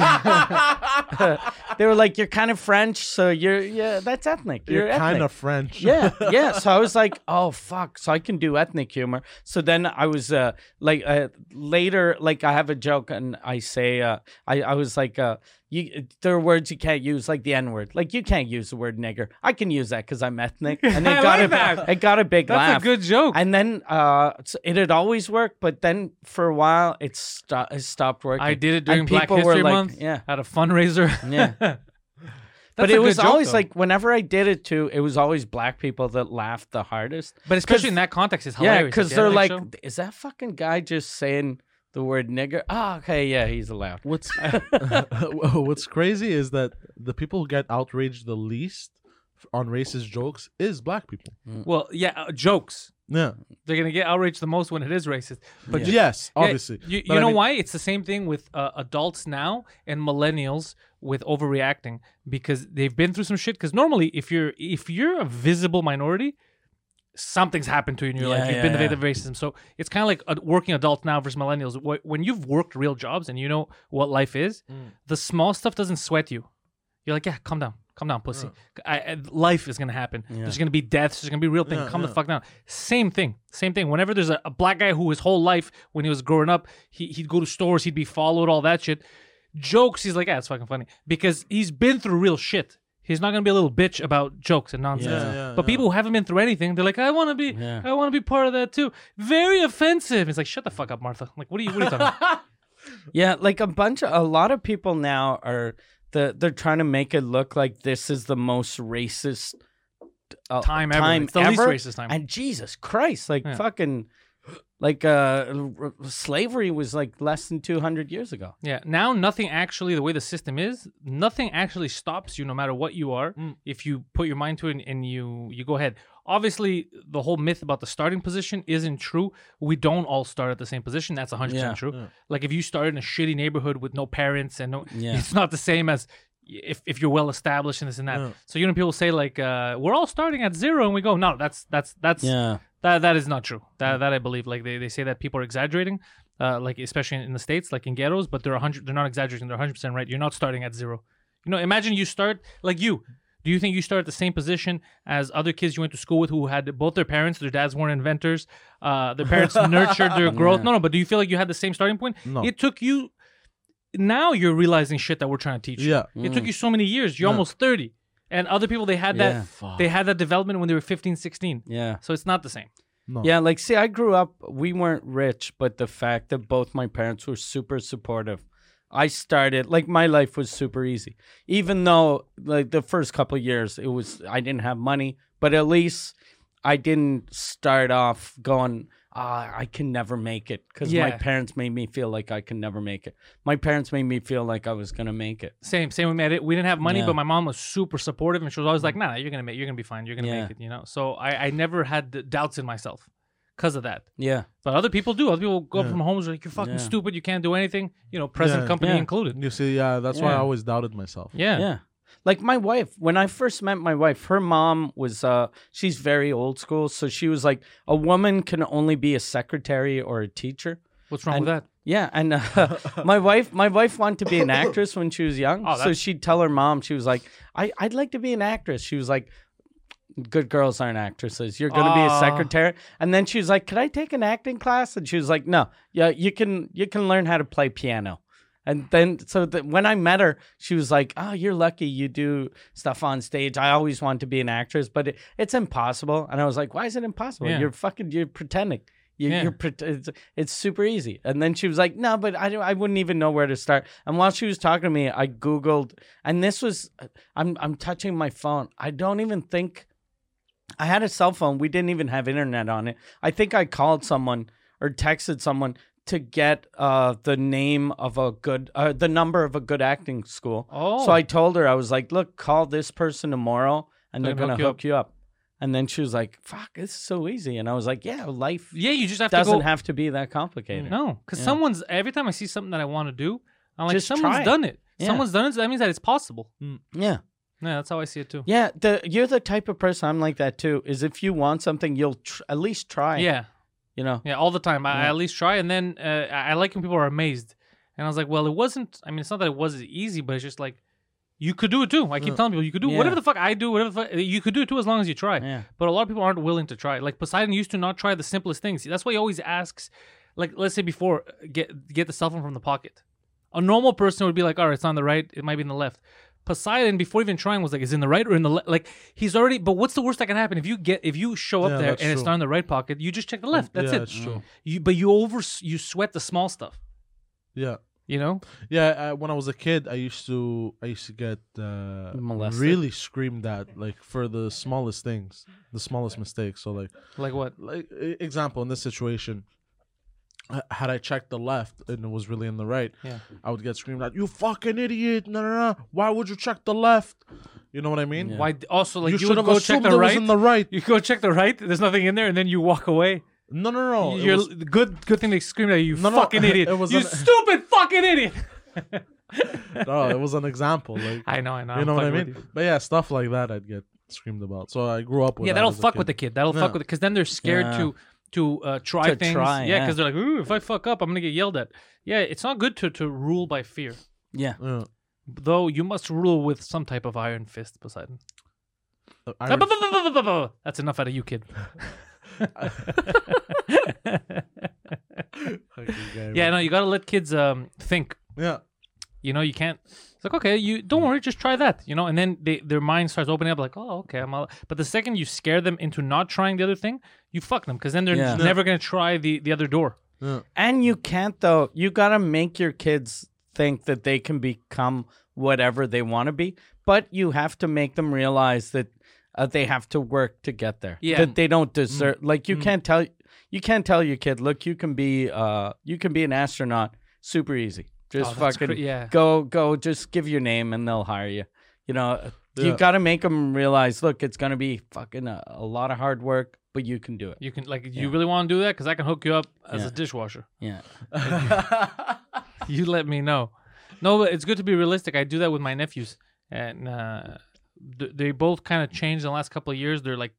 Speaker 1: they were like, "You're kind of French, so you're yeah, that's ethnic. You're,
Speaker 3: You're kind
Speaker 1: ethnic."
Speaker 2: [LAUGHS]
Speaker 3: of French. [LAUGHS]
Speaker 1: yeah, yeah. So I was like, "Oh fuck!" So I can do ethnic humor. So then I was uh, like, uh, later, like I have a joke and I say, uh, I I was like, uh, you, there are words you can't use, like the N word. Like you can't use the word nigger. I can use that because I'm ethnic, and
Speaker 2: [LAUGHS]
Speaker 1: it
Speaker 2: I
Speaker 1: got
Speaker 2: like
Speaker 1: a
Speaker 2: that.
Speaker 1: it got a big
Speaker 2: that's
Speaker 1: laugh.
Speaker 2: a good joke
Speaker 1: And then uh, s- it had always worked, but then for a while it, sto- it stopped working.
Speaker 2: i did it
Speaker 1: And
Speaker 2: during black
Speaker 1: people were
Speaker 2: history
Speaker 1: like-
Speaker 2: month [LAUGHS]
Speaker 1: Yeah,
Speaker 2: at a fundraiser
Speaker 1: yeah.
Speaker 2: That's
Speaker 1: but
Speaker 2: a
Speaker 1: it
Speaker 2: good
Speaker 1: was
Speaker 2: joke,
Speaker 1: always
Speaker 2: though.
Speaker 1: like whenever I did it too, it was always black people that laughed the hardest.
Speaker 2: but especially in that context it's
Speaker 1: Yeah,
Speaker 2: hilarious
Speaker 1: because
Speaker 2: the
Speaker 1: they're
Speaker 2: ethnic
Speaker 1: like,
Speaker 2: show-
Speaker 1: is that fucking guy just saying the word nigger? Oh, okay, yeah, he's allowed.
Speaker 2: [LAUGHS]
Speaker 3: What's What's crazy is that the people who get outraged the least f- on racist jokes is black people.
Speaker 2: well yeah uh, jokes
Speaker 3: Yeah.
Speaker 2: they're gonna get outraged the most when it is racist but just
Speaker 3: yes,
Speaker 2: Yeah,
Speaker 3: obviously.
Speaker 2: you,
Speaker 3: But
Speaker 2: you
Speaker 3: I
Speaker 2: know
Speaker 3: mean-
Speaker 2: why? It's the same thing with uh, adults now and millennials with overreacting because they've been through some shit. Because normally, if you're if you're a visible minority, something's happened to you in your
Speaker 1: Yeah,
Speaker 2: life. You've
Speaker 1: yeah,
Speaker 2: been the
Speaker 1: yeah.
Speaker 2: victim of racism. So it's kind of like a working adult now versus millennials. Wh- When you've worked real jobs and you know what life is,
Speaker 3: Mm.
Speaker 2: the small stuff doesn't sweat you. You're like, yeah, calm down, calm down, pussy. I, I- life is gonna happen. There's gonna be deaths. There's gonna be real things.
Speaker 3: Yeah,
Speaker 2: calm the
Speaker 3: yeah.
Speaker 2: fuck down. Same thing. Same thing. Whenever there's a, a black guy who his whole life when he was growing up, he, he'd go to stores, he'd be followed, all that shit. Jokes. He's like, yeah, it's fucking funny because he's been through real shit. He's not gonna be a little bitch about jokes and nonsense.
Speaker 3: Yeah, yeah,
Speaker 2: but
Speaker 3: yeah.
Speaker 2: people who haven't been through anything, they're like, I want to be,
Speaker 1: [LAUGHS] Yeah.
Speaker 2: I want to be part of that too. Very offensive. It's like, shut the fuck up, Martha. Like, what are you, what are you talking?
Speaker 3: [LAUGHS]
Speaker 2: about?
Speaker 1: Yeah, like a bunch of a lot of people now are the they're trying to make it look like this is the most racist uh,
Speaker 2: Time ever. It's the least racist time.
Speaker 1: And Jesus Christ, like
Speaker 2: Yeah.
Speaker 1: fucking like uh r- slavery was like less than 200 years ago.
Speaker 2: Yeah. Now nothing actually the way the system is, nothing actually stops you no matter what you are if you put your mind to it and, and you you go ahead. Obviously, the whole myth about the starting position isn't true. We don't all start at the same position. That's 100%
Speaker 1: Yeah,
Speaker 2: true.
Speaker 3: yeah.
Speaker 2: Like if you start in a shitty neighborhood with no parents and no
Speaker 1: Yeah. [LAUGHS]
Speaker 2: it's not the same as if, if you're well established and this and that.
Speaker 3: Yeah.
Speaker 2: So you know people say like uh, we're all starting at zero and we go no, that's that's that's that that is not true. That
Speaker 3: Mm.
Speaker 2: that I believe. Like they, they say that people are exaggerating, uh, like especially in the states, like in ghettos. But they're hundred. They're not exaggerating. They're hundred percent right. You're not starting at zero. You know, imagine you start like you. Do you think you start at the same position as other kids you went to school with who had both their parents, their dads weren't inventors, uh, their
Speaker 3: [LAUGHS]
Speaker 2: parents nurtured their growth? No, no. But do you feel like you had the same starting point?
Speaker 3: No.
Speaker 2: It took you. Now you're realizing shit that we're trying to teach. you.
Speaker 3: Yeah. Mm.
Speaker 2: It took you so many years. You're
Speaker 3: No.
Speaker 2: almost 30. And other people they had that
Speaker 1: Yeah.
Speaker 2: they had that development when they were 15, 16.
Speaker 1: Yeah.
Speaker 2: So it's not the same.
Speaker 3: No.
Speaker 1: Yeah, like see, I grew up. We weren't rich, but the fact that both my parents were super supportive, I started like my life was super easy. Even though like the first couple of years, it was I didn't have money, but at least I didn't start off going. Ah, I can never make it because my
Speaker 2: Yeah.
Speaker 1: parents made me feel like I can never make it. My parents made me feel like I was gonna make it.
Speaker 2: Same, same. We made it. We didn't have money,
Speaker 1: Yeah. Mm.
Speaker 2: but my mom was super supportive, and she was always like, "Nah, you're gonna make. You're gonna be fine. You're gonna
Speaker 1: Yeah.
Speaker 2: make it." You know. So I, I never had the doubts in myself because of that.
Speaker 1: Yeah,
Speaker 2: But other people do. Other people go
Speaker 3: Yeah.
Speaker 2: from homes like, "You're fucking
Speaker 1: Yeah.
Speaker 2: stupid. You can't do anything." You know, present
Speaker 3: Yeah.
Speaker 2: company
Speaker 1: Yeah.
Speaker 2: included.
Speaker 3: You see, yeah, that's why I
Speaker 1: Yeah.
Speaker 3: always doubted myself.
Speaker 2: Yeah.
Speaker 1: Yeah. Like my wife, when I first met my wife, her mom was uh she's very old school, so she was like a woman can only be a secretary or a teacher.
Speaker 2: What's wrong
Speaker 1: And-
Speaker 2: with that?
Speaker 1: Yeah, and uh, [LAUGHS] my wife, my wife wanted to be an actress when she was young.
Speaker 2: [LAUGHS] Oh,
Speaker 1: so
Speaker 2: that's-
Speaker 1: she'd tell her mom, she was like, I, "I'd like to be an actress." She was like, "Good girls aren't actresses. You're going to be a
Speaker 2: Aw.
Speaker 1: secretary." And then she was like, "Could I take an acting class?" And she was like, "No, yeah, you can, you can learn how to play piano." And then, so that when I met her, she was like, "Oh, you're lucky. You do stuff on stage. I always wanted to be an actress, but it, it's impossible." And I was like, "Why is it impossible?
Speaker 2: Yeah.
Speaker 1: You're fucking, you're pretending." You,
Speaker 2: Yeah.
Speaker 1: You're pret- it's, it's super easy. And then she was like, "No, but I don't, I wouldn't even know where to start." And while she was talking to me, I googled, and this was I'm I'm touching my phone. I don't even think I had a cell phone. We didn't even have internet on it. I think I called someone or texted someone to get uh, the name of a good uh, the number of a good acting school.
Speaker 2: Oh,
Speaker 1: So I told her I was like, "Look, call this person tomorrow, and
Speaker 2: They're
Speaker 1: they're
Speaker 2: gonna
Speaker 1: gonna
Speaker 2: hook you
Speaker 1: hook you up." And then she was like, "Fuck, it's so easy." And I was like, "Yeah, life."
Speaker 2: yeah, you just have to
Speaker 1: doesn't
Speaker 2: go.
Speaker 1: have to be that complicated.
Speaker 2: no, because
Speaker 1: Yeah.
Speaker 2: someone's every time I see something that I want to do, I'm like,
Speaker 1: Just
Speaker 2: someone's
Speaker 1: try it.
Speaker 2: done it.
Speaker 1: Yeah.
Speaker 2: Someone's done it. So that means that it's possible.
Speaker 1: Yeah.
Speaker 2: Yeah, that's how I see it too.
Speaker 1: Yeah, the you're the type of person I'm like that too. Is if you want something, you'll tr- at least try.
Speaker 2: Yeah.
Speaker 1: you know.
Speaker 2: Yeah, all the time. I, I
Speaker 1: Yeah.
Speaker 2: at least try, and then uh, I I like when people are amazed. And I was like, well, it wasn't. I mean, it's not that it wasn't easy, but it's just like you could do it too. I keep
Speaker 3: Yeah.
Speaker 2: telling people you could do
Speaker 1: Yeah.
Speaker 2: whatever the fuck I do, whatever the fuck you could do it too, as long as you try.
Speaker 1: Yeah,
Speaker 2: But a lot of people aren't willing to try. Like Poseidon used to not try the simplest things. That's why he always asks. Like, let's say before uh, get get the cell phone from the pocket. A normal person would be like, all right, it's on the right. It might be in the left. Poseidon, before even trying, was like, "Is it in the right or in the left?" Like he's already. But what's the worst that can happen if you get if you show up
Speaker 3: Yeah,
Speaker 2: there and
Speaker 3: that's
Speaker 2: it's
Speaker 3: true.
Speaker 2: not in the right pocket? You just check the left. That's
Speaker 3: yeah,
Speaker 2: it.
Speaker 3: That's true.
Speaker 2: You but you over you sweat the small stuff.
Speaker 3: Yeah,
Speaker 2: You know.
Speaker 3: yeah. I, when I was a kid, I used to, I used to get uh,
Speaker 1: Molested.
Speaker 3: really screamed at, like for the smallest things, the smallest mistakes. So like,
Speaker 2: Like what?
Speaker 3: like e- example in this situation, h- had I checked the left and it was really in the right,
Speaker 2: Yeah.
Speaker 3: I would get screamed at. You fucking idiot! No, no, no. Why would you check the left? You know what I mean?
Speaker 1: Yeah.
Speaker 2: Why? Also, like you,
Speaker 3: should
Speaker 2: would
Speaker 3: have
Speaker 2: go
Speaker 3: assumed
Speaker 2: check the
Speaker 3: it was
Speaker 2: right.
Speaker 3: in the right.
Speaker 2: you go check the right. There's nothing in there, and then you walk away.
Speaker 3: No, no, no. Oh, it
Speaker 2: You're
Speaker 3: was-
Speaker 2: good. Good thing they screamed at you. You
Speaker 3: No, no,
Speaker 2: fucking idiot.
Speaker 3: it was
Speaker 2: you
Speaker 3: an-
Speaker 2: stupid fucking idiot.
Speaker 3: no, oh, it was an example. Like
Speaker 2: I know. [LAUGHS] I know.
Speaker 3: you
Speaker 2: I'm
Speaker 3: know what I
Speaker 2: fucking with
Speaker 3: mean?
Speaker 2: you.
Speaker 3: But yeah, stuff like that I'd get screamed about. So I grew up with
Speaker 2: Yeah,
Speaker 3: that
Speaker 2: that'll
Speaker 3: as a
Speaker 2: fuck
Speaker 3: kid.
Speaker 2: with the kid. That'll
Speaker 3: Yeah.
Speaker 2: fuck with because then they're scared
Speaker 1: Yeah.
Speaker 2: to to uh, try
Speaker 1: To
Speaker 2: things.
Speaker 1: try,
Speaker 2: yeah,
Speaker 1: yeah.
Speaker 2: because they're like, ooh, if I fuck up, I'm gonna get yelled at. Yeah, it's not good to to rule by fear.
Speaker 1: yeah.
Speaker 2: [LAUGHS]
Speaker 3: Yeah.
Speaker 2: Though you must rule with some type of iron fist, Poseidon.
Speaker 3: Uh,
Speaker 2: Ah,
Speaker 3: iron-
Speaker 2: That's enough out of you, kid. [LAUGHS]
Speaker 3: fucking guy,
Speaker 2: Yeah,
Speaker 3: man.
Speaker 2: no, you gotta let kids um think.
Speaker 3: yeah,
Speaker 2: You know, you can't. It's like okay, you don't worry, just try that. You know, and then they, their mind starts opening up, like oh okay, I'm. All... But the second you scare them into not trying the other thing, you fuck them because then they're
Speaker 1: Yeah.
Speaker 2: never gonna try the the other door.
Speaker 3: yeah.
Speaker 1: And you can't though. You gotta make your kids think that they can become whatever they want to be, but you have to make them realize that uh, they have to work to get there.
Speaker 2: Yeah. Mm-hmm.
Speaker 1: that they don't deserve. Like you can't tell you can't tell your kid, look, you can be uh you can be an astronaut super easy. Just
Speaker 2: Oh, that's
Speaker 1: fucking
Speaker 2: cra- yeah.
Speaker 1: go go just give your name and they'll hire you. You know, uh,
Speaker 3: Yeah.
Speaker 1: you got to make them realize, look, it's going to be fucking a, a lot of hard work, but you can do it.
Speaker 2: You can like, you really want to do that? Because I can hook you up as a
Speaker 1: Yeah.
Speaker 2: dishwasher. [LAUGHS]
Speaker 1: Yeah.
Speaker 2: You let me know. No, but it's good to be realistic. I do that with my nephews, and uh, th- they both kind of changed in the last couple of years. They're like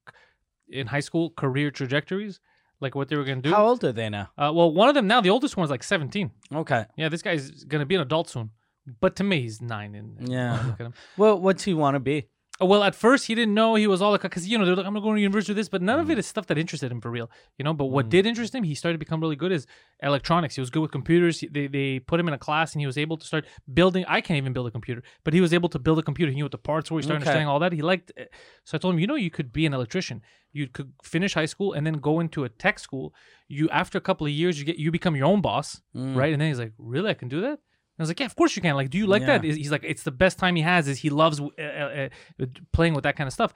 Speaker 2: in high school career trajectories, like what they were gonna do.
Speaker 1: How old are they now?
Speaker 2: uh, well, one of them now, the oldest one's like 17. [LAUGHS]
Speaker 1: Okay.
Speaker 2: Yeah, this guy's gonna be an adult soon. But to me, he's nine. And and
Speaker 1: Yeah.
Speaker 2: [LAUGHS] look at him.
Speaker 1: Well, what's he want to be?
Speaker 2: Uh, Well, at first he didn't know he was all like, because you know they're like, I'm gonna go to university with this, but none of it is stuff that interested him for real, you know. But what did interest him, he started to become really good is electronics. He was good with computers. He- They they put him in a class and he was able to start building. I can't even build a computer, but he was able to build a computer. He knew what the parts were. He started
Speaker 1: Okay.
Speaker 2: understanding all that. He liked. it. So I told him, you know, you could be an electrician. You could finish high school and then go into a tech school. You after a couple of years, you get you become your own boss,
Speaker 1: Mm.
Speaker 2: right? And then he's like, really, I can do that. And I was like, yeah, of course you can. Like, do you like
Speaker 1: Yeah.
Speaker 2: that? He's he's like, it's the best time he has. Is he loves uh, uh, uh, playing with that kind of stuff.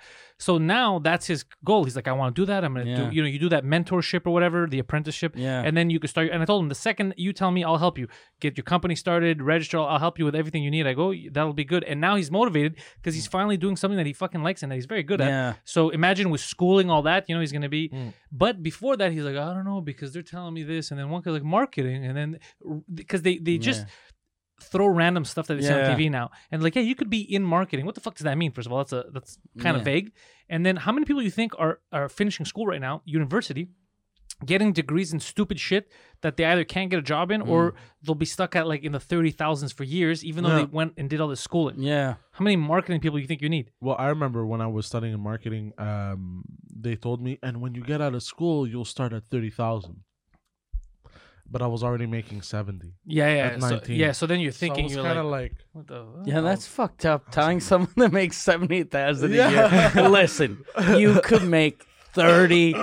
Speaker 2: So now that's his goal. He's like, I want to do that. I'm gonna
Speaker 1: Yeah.
Speaker 2: do, you know, you do that mentorship or whatever, the apprenticeship,
Speaker 1: Yeah.
Speaker 2: and then you can start. And I told him the second you tell me, I'll help you get your company started, register. I'll, I'll help you with everything you need. I go, that'll be good. And now he's motivated because
Speaker 1: Mm.
Speaker 2: he's finally doing something that he fucking likes and that he's very good at.
Speaker 1: yeah.
Speaker 2: So imagine with schooling all that, you know, he's gonna be.
Speaker 3: Mm.
Speaker 2: But before that, he's like, I don't know because they're telling me this, and then one could like marketing, and then because they they just throw random stuff that they see
Speaker 1: Yeah.
Speaker 2: on TV now, and like, yeah, you could be in marketing. What the fuck does that mean? First of all, that's a that's kind
Speaker 1: Yeah.
Speaker 2: of vague. And then how many people you think are are finishing school right now, university? Getting degrees in stupid shit that they either can't get a job in or they'll be stuck at like in the thirty thousands for years, even though
Speaker 3: Yeah.
Speaker 2: they went and did all this schooling.
Speaker 1: yeah.
Speaker 2: How many marketing people you think you need?
Speaker 3: Well, I remember when I was studying in marketing, um, they told me, and when you get out of school, you'll start at thirty thousand. But I was already making seventy.
Speaker 2: Yeah, yeah,
Speaker 3: At
Speaker 2: so,
Speaker 3: 19.
Speaker 2: yeah. So then you're
Speaker 3: so I
Speaker 2: thinking
Speaker 3: was
Speaker 2: you're
Speaker 3: kind
Speaker 2: like,
Speaker 3: of like,
Speaker 2: what the?
Speaker 1: Yeah, that's fucked up. Telling someone to make seventy thousand
Speaker 3: Yeah.
Speaker 2: [LAUGHS]
Speaker 1: a year. Listen, you could make thirty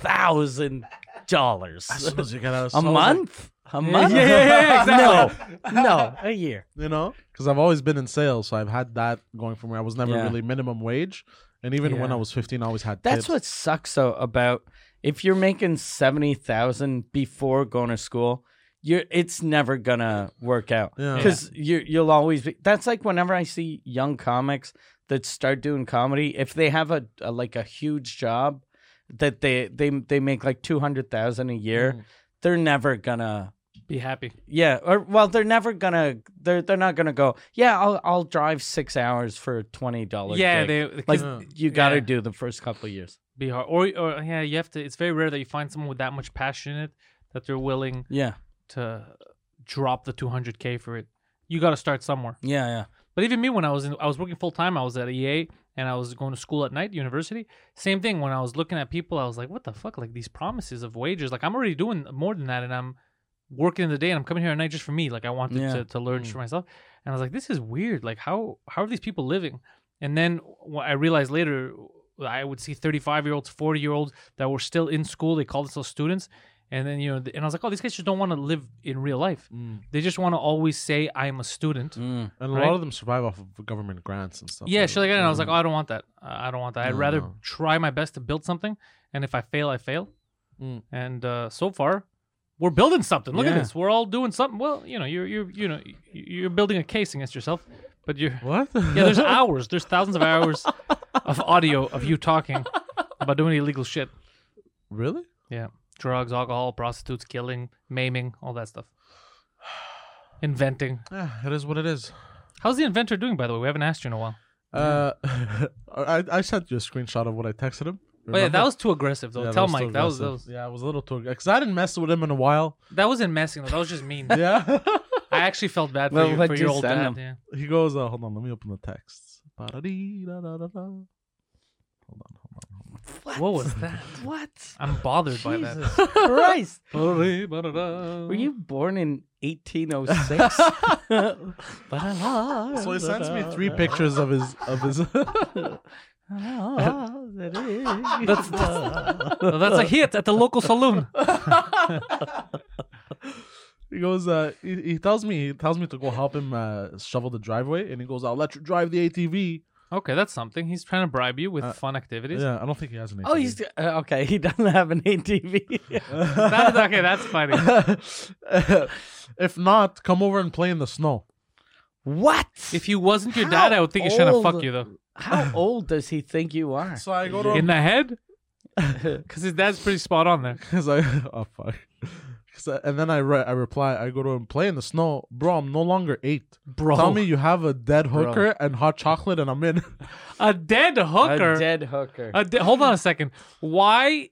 Speaker 1: thousand
Speaker 3: as [LAUGHS]
Speaker 1: dollars
Speaker 3: soon as you get out of
Speaker 1: a
Speaker 3: school, I was like,
Speaker 1: month. A month?
Speaker 2: yeah, yeah, yeah, exactly.
Speaker 1: [LAUGHS] No, no, a year.
Speaker 3: you know, because I've always been in sales, so I've had that going for me. I was never
Speaker 1: Yeah.
Speaker 3: really minimum wage, and even when
Speaker 1: Yeah.
Speaker 3: I was fifteen, I always had.
Speaker 1: That's
Speaker 3: tips.
Speaker 1: what sucks though about if you're making seventy thousand before going to school, you're it's never gonna work out
Speaker 3: Yeah.
Speaker 1: because you you'll always be. That's like whenever I see young comics that start doing comedy, if they have a, a like a huge job that they they they make like two hundred thousand a year, they're never gonna
Speaker 2: Be happy.
Speaker 1: yeah, or well, they're never gonna they're they're not gonna go. Yeah, I'll I'll drive six hours for twenty dollars.
Speaker 2: yeah,
Speaker 1: gig.
Speaker 2: they
Speaker 1: like
Speaker 2: because
Speaker 3: Yeah.
Speaker 1: you got to
Speaker 2: yeah.
Speaker 1: do the first couple of years.
Speaker 2: be hard. Or or yeah, you have to. It's very rare that you find someone with that much passion in it that they're willing
Speaker 1: Yeah,
Speaker 2: to drop the 200k for it. You got to start somewhere.
Speaker 1: yeah, yeah.
Speaker 2: But even me, when I was in, I was working full time. I was at EA and I was going to school at night, university. Same thing. When I was looking at people, I was like, "What the fuck? Like these promises of wages. Like I'm already doing more than that, and I'm working in the day, and I'm coming here at night just for me. Like I wanted
Speaker 1: Yeah.
Speaker 2: to, to learn for myself. And I was like, this is weird. Like how how are these people living? And then what I realized later, I would see 35 year olds, 40 year olds that were still in school. They called themselves students. And then you know, and I was like, oh, these guys just don't want to live in real life.
Speaker 3: Mm.
Speaker 2: They just want to always say, I'm a student.
Speaker 3: And a
Speaker 2: Right?
Speaker 3: lot of them survive off of government grants and stuff.
Speaker 2: Yeah,
Speaker 3: like
Speaker 2: shit
Speaker 3: that.
Speaker 2: like that. And I was like, oh, I don't want that. Uh, I don't want that. I'd
Speaker 3: No,
Speaker 2: rather
Speaker 3: no.
Speaker 2: try my best to build something. And if I fail, I fail.
Speaker 3: Mm.
Speaker 2: And uh, so far, we're building something. Look at
Speaker 1: Yeah.
Speaker 2: this. We're all doing something. Well, you know, you're you're you know, y- you're building a case against yourself. But you're
Speaker 3: what?
Speaker 2: "Oh,
Speaker 3: [LAUGHS]
Speaker 2: yeah. [LAUGHS] There's hours. There's thousands of hours of audio of you talking about doing illegal shit,
Speaker 3: really?
Speaker 2: drugs, alcohol, prostitutes, killing, maiming, all that stuff. [SIGHS] Inventing.
Speaker 3: Yeah, it is what it is.
Speaker 2: How's the inventor doing, by the way? We haven't asked you in a while.
Speaker 3: Uh, [LAUGHS] I, I sent you a screenshot of what I texted him.
Speaker 2: But Oh, yeah,
Speaker 3: remember?
Speaker 2: that was too aggressive, though.
Speaker 3: Yeah,
Speaker 2: Tell
Speaker 3: was too
Speaker 2: Mike that was, that
Speaker 3: aggressive.
Speaker 2: was
Speaker 3: Yeah, I was a little too because I didn't mess with him in a while.
Speaker 2: That wasn't messing. though. That was just
Speaker 1: [LAUGHS]
Speaker 2: mean.
Speaker 3: Yeah,
Speaker 2: I actually felt bad for,
Speaker 1: Well,
Speaker 2: you,
Speaker 1: what
Speaker 2: for
Speaker 1: you
Speaker 2: your old
Speaker 1: send
Speaker 2: dad. Yeah.
Speaker 1: him?
Speaker 3: he goes, uh, "Hold on, let me open the text." Ba-da-dee-da-da-da-da. Hold on, hold on.
Speaker 2: What was that?
Speaker 1: What?
Speaker 2: I'm bothered by that.
Speaker 1: Jesus [LAUGHS] Christ!
Speaker 2: Were
Speaker 1: Were you born in [LAUGHS] 1806?
Speaker 3: So he sends me [LAUGHS] three pictures of his of his. [LAUGHS]
Speaker 2: That's, [LAUGHS] that's, that's a hit at the local saloon.
Speaker 3: he goes, uh, he, he tells me he tells me to go help him uh, shovel the driveway, and he goes, "I'll let you drive the ATV."
Speaker 2: Okay, that's something. He's trying to bribe you with
Speaker 1: Uh,
Speaker 2: fun activities.
Speaker 3: Yeah, I don't think he has an ATV.
Speaker 1: [LAUGHS] oh, he's uh, okay. He doesn't have
Speaker 2: [LAUGHS]
Speaker 1: an ATV.
Speaker 2: That's okay. That's funny.
Speaker 1: [LAUGHS]
Speaker 3: [LAUGHS] if not, come over and play in the snow.
Speaker 1: what?
Speaker 2: If he wasn't your dad, I would think he's trying to fuck you though.
Speaker 1: How old does he think you are?
Speaker 3: So I go to
Speaker 2: In
Speaker 3: him
Speaker 2: the head,
Speaker 1: [LAUGHS]
Speaker 2: [LAUGHS] because his dad's pretty spot on there.
Speaker 3: because I [LAUGHS] oh fuck. 'Cause I- and then I re- I reply I go to him play in the snow, bro. I'm no longer eight.
Speaker 2: Bro,
Speaker 3: Tell me you have a dead hooker and hot chocolate, and I'm in. [LAUGHS]
Speaker 2: a dead
Speaker 1: A
Speaker 2: hooker. Uh,
Speaker 1: dead hooker.
Speaker 2: A de- hold on a second. Why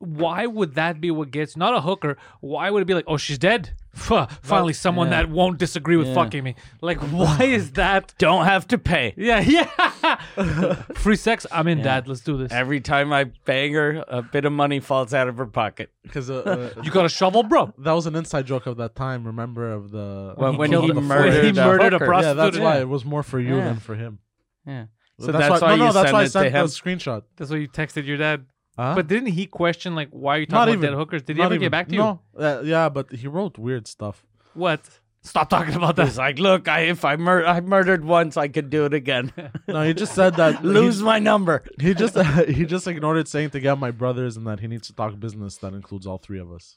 Speaker 2: why would that be what gets not a hooker? Why would it be like, oh, she's dead? [LAUGHS] Fuh, finally, someone
Speaker 1: yeah.
Speaker 2: that won't disagree with
Speaker 1: Yeah.
Speaker 2: fucking me. Like, [LAUGHS] why is that?
Speaker 1: Don't have to pay.
Speaker 2: Yeah, [LAUGHS] yeah. Free sex. I'm in, Dad. Let's do this.
Speaker 1: Every time I bang her, a bit of money falls out of her pocket.
Speaker 3: Because uh,
Speaker 2: [LAUGHS]
Speaker 3: uh,
Speaker 2: You got a shovel, bro?
Speaker 3: that was an inside joke of that time. Remember of the
Speaker 1: When, when
Speaker 2: killed
Speaker 1: he
Speaker 2: a- when he
Speaker 1: murdered,
Speaker 2: murdered a
Speaker 1: hooker.
Speaker 2: prostitute.
Speaker 3: yeah, that's
Speaker 2: prostitute.
Speaker 3: why it was more for you
Speaker 1: Yeah.
Speaker 3: than for him.
Speaker 1: Yeah. So that's, why,
Speaker 3: no,
Speaker 1: you
Speaker 3: no, that's
Speaker 1: sent
Speaker 3: why I
Speaker 1: it
Speaker 3: sent
Speaker 1: to him.
Speaker 3: the screenshot.
Speaker 2: That's why you texted your dad.
Speaker 3: Huh?
Speaker 2: But didn't he question like why are you
Speaker 3: Not
Speaker 2: talking about
Speaker 3: even.
Speaker 2: dead hookers? Did he
Speaker 3: Not
Speaker 2: ever
Speaker 3: even-
Speaker 2: get back to you?
Speaker 3: No, uh, yeah, but he wrote weird stuff.
Speaker 2: What? Stop talking about
Speaker 1: He's
Speaker 2: that.
Speaker 1: like, look, I, if I, mur- I murdered once, I could do
Speaker 2: [LAUGHS]
Speaker 1: it again.
Speaker 3: No, he just said that
Speaker 1: Lose my number.
Speaker 3: He, he just [LAUGHS] he just ignored it, saying to get my brothers and that he needs to talk business that includes all three of us.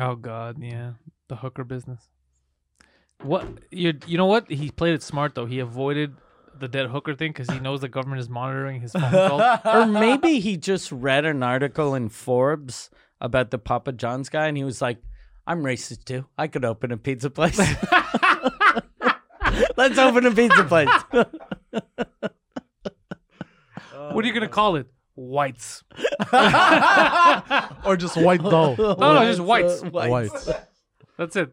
Speaker 2: Oh God, yeah, the hooker business. What you you know what he played it smart though. He avoided the dead hooker thing because he knows the government is monitoring his phone calls.
Speaker 1: or maybe he just read an article in Forbes about the Papa John's guy, and he was like, "I'm racist too. I could open a pizza place. Let's open a pizza place."
Speaker 2: what are you gonna call it? Whites.
Speaker 3: Or just white dough.
Speaker 2: [LAUGHS] No, no, just whites.
Speaker 3: Whites.
Speaker 2: That's it.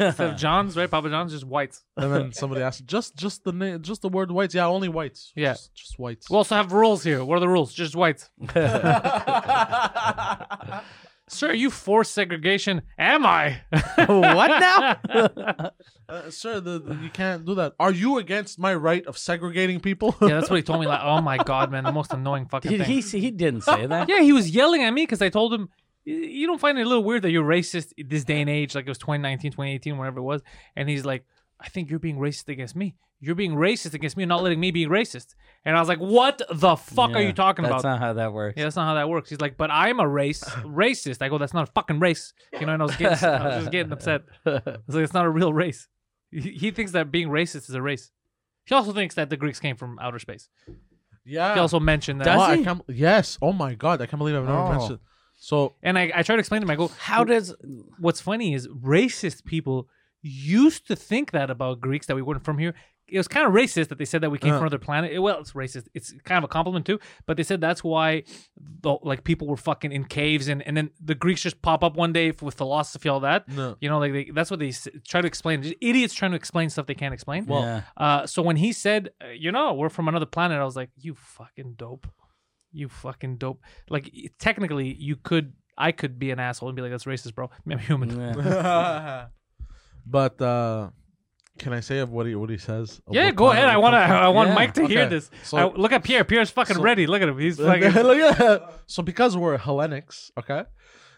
Speaker 2: Instead of John's, right? Papa John's, just whites.
Speaker 3: And then somebody asked, just just the name, just the word whites. Yeah, only whites.
Speaker 2: Yeah.
Speaker 3: just, just whites.
Speaker 2: We also have rules here. What are the rules? Just whites. Sir, are you for segregation? Am I?
Speaker 1: what now?
Speaker 3: Uh, sir, the, the- you can't do that. Are you against my right of segregating people?
Speaker 2: Yeah, that's what he told me. Like, oh my god, man, the most annoying fucking
Speaker 1: Did
Speaker 2: thing.
Speaker 1: he he didn't say that.
Speaker 2: Yeah, he was yelling at me because I told him, "Y- you don't find it a little weird that you're racist in this day and age, like it was 2019, 2018, whenever it was. And he's like, I think you're being racist against me. You're being racist against me and not letting me be racist. And I was like, what the fuck are
Speaker 1: Yeah,
Speaker 2: you [LAUGHS] talking
Speaker 1: that's
Speaker 2: about?
Speaker 1: not how that works.
Speaker 2: yeah, that's not how that works. He's like, but I'm a race
Speaker 1: [LAUGHS]
Speaker 2: racist. I go, that's not a fucking race. You know, and I was getting, I was just
Speaker 1: [LAUGHS]
Speaker 2: getting upset. I was like, it's not a real race. He, he thinks that being racist is a race. He also thinks that the Greeks came from outer space.
Speaker 3: [LAUGHS] yeah.
Speaker 2: He also mentioned that.
Speaker 1: Does
Speaker 3: Oh, I
Speaker 1: he?
Speaker 3: can't, yes. Oh my god, I can't believe I've never
Speaker 1: Oh.
Speaker 3: mentioned. So
Speaker 2: And I, I tried to explain to him, I go,
Speaker 1: How does
Speaker 2: what's funny is racist people used to think that about Greeks that we weren't from here. It was kind of racist that they said that we came
Speaker 3: Uh.
Speaker 2: from another planet. It- well, it's racist. It's kind of a compliment too, but they said that's why, the, like, people were fucking in caves, and, and then the Greeks just pop up one day f- with philosophy, all that.
Speaker 1: Mm.
Speaker 2: [LAUGHS]
Speaker 3: no.
Speaker 2: You know, like they, that's what they s- try to explain. Just idiots trying to explain stuff they can't explain.
Speaker 1: well,
Speaker 2: Uh, so when he said, uh, you know, we're from another planet, I was like, you fucking dope. You fucking dope. Like, y- technically, you could, I could be an asshole and be like, that's racist, bro. [LAUGHS] I'm human.
Speaker 3: but uh, can I say of what he what he says? Of
Speaker 2: Yeah,
Speaker 3: what
Speaker 2: go
Speaker 3: planet
Speaker 2: ahead. I
Speaker 3: we
Speaker 2: want to.
Speaker 3: come from?
Speaker 2: I want
Speaker 1: Yeah,
Speaker 2: Mike [LAUGHS] to hear
Speaker 3: okay.
Speaker 2: this.
Speaker 3: So-
Speaker 2: I- look at Pierre. Pierre's fucking
Speaker 3: so-
Speaker 2: ready. Look at him.
Speaker 3: [LAUGHS]
Speaker 2: He's
Speaker 3: Look
Speaker 2: fucking.
Speaker 3: at that. so because we're Hellenics, okay,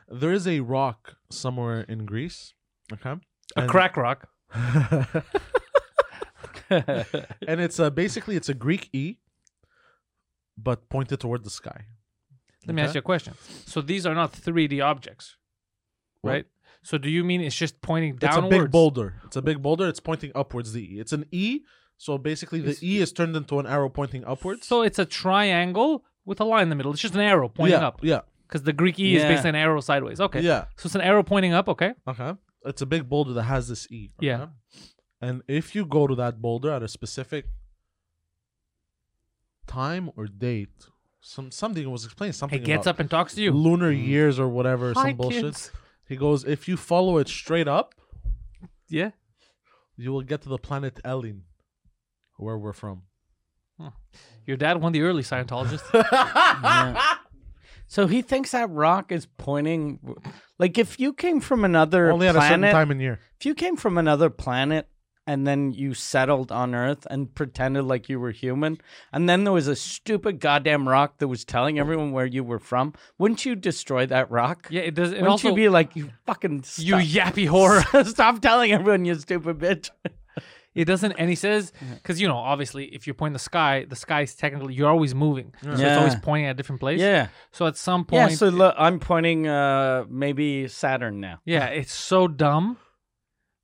Speaker 3: there is a rock somewhere in Greece, okay,
Speaker 2: a
Speaker 3: And-
Speaker 2: crack rock.
Speaker 3: [LAUGHS] and it's uh, basically it's a Greek E, but pointed toward the sky.
Speaker 2: Let me ask you a question. So these are not 3D objects,
Speaker 3: What?
Speaker 2: right? So do you mean it's just pointing
Speaker 3: It's
Speaker 2: downwards?
Speaker 3: a big boulder. It's a big boulder. It's pointing upwards. The E. It's an E. So basically, the
Speaker 2: It's-
Speaker 3: E is turned into an arrow pointing upwards.
Speaker 2: So it's a triangle with a line in the middle. It's just an arrow pointing
Speaker 3: yeah,
Speaker 2: up
Speaker 3: Yeah.
Speaker 2: because the Greek E is
Speaker 1: Yeah.
Speaker 2: basically an arrow sideways. Okay.
Speaker 3: Yeah.
Speaker 2: So it's an arrow pointing up. Okay.
Speaker 3: Okay. It's a big boulder that has this E. okay?
Speaker 2: Yeah.
Speaker 3: And if you go to that boulder at a specific time or date, some something was explained.
Speaker 2: He
Speaker 3: Something
Speaker 2: gets
Speaker 3: about
Speaker 2: up and talks to you.
Speaker 3: lunar years or whatever,
Speaker 2: Hi,
Speaker 3: some bullshit.
Speaker 2: kids.
Speaker 3: He goes, if you follow it straight up,
Speaker 2: Yeah.
Speaker 3: you will get to the planet Elin, where we're from.
Speaker 2: Your dad won the early Scientologist.
Speaker 1: [LAUGHS] [LAUGHS] so he thinks that rock is pointing. Like if you came from another
Speaker 3: Only at a certain
Speaker 1: planet,
Speaker 3: time in year.
Speaker 1: if you came from another planet and then you settled on Earth and pretended like you were human, and then there was a stupid goddamn rock that was telling everyone where you were from, wouldn't you destroy that rock?
Speaker 2: yeah. It does. It
Speaker 1: wouldn't
Speaker 2: also.
Speaker 1: you be like, you fucking
Speaker 2: [LAUGHS] you
Speaker 1: stop,
Speaker 2: yappy whore.
Speaker 1: [LAUGHS] stop telling everyone, you
Speaker 2: [LAUGHS]
Speaker 1: stupid bitch?
Speaker 2: It doesn't, and he says, because you know, obviously, if you point in the sky, the sky's technically you're always moving, so it's
Speaker 1: Yeah.
Speaker 2: always pointing at a different place.
Speaker 1: Yeah,
Speaker 2: So at some
Speaker 1: yeah.
Speaker 2: point, yeah,
Speaker 1: So look, I'm pointing, uh, maybe Saturn now.
Speaker 2: it's so dumb.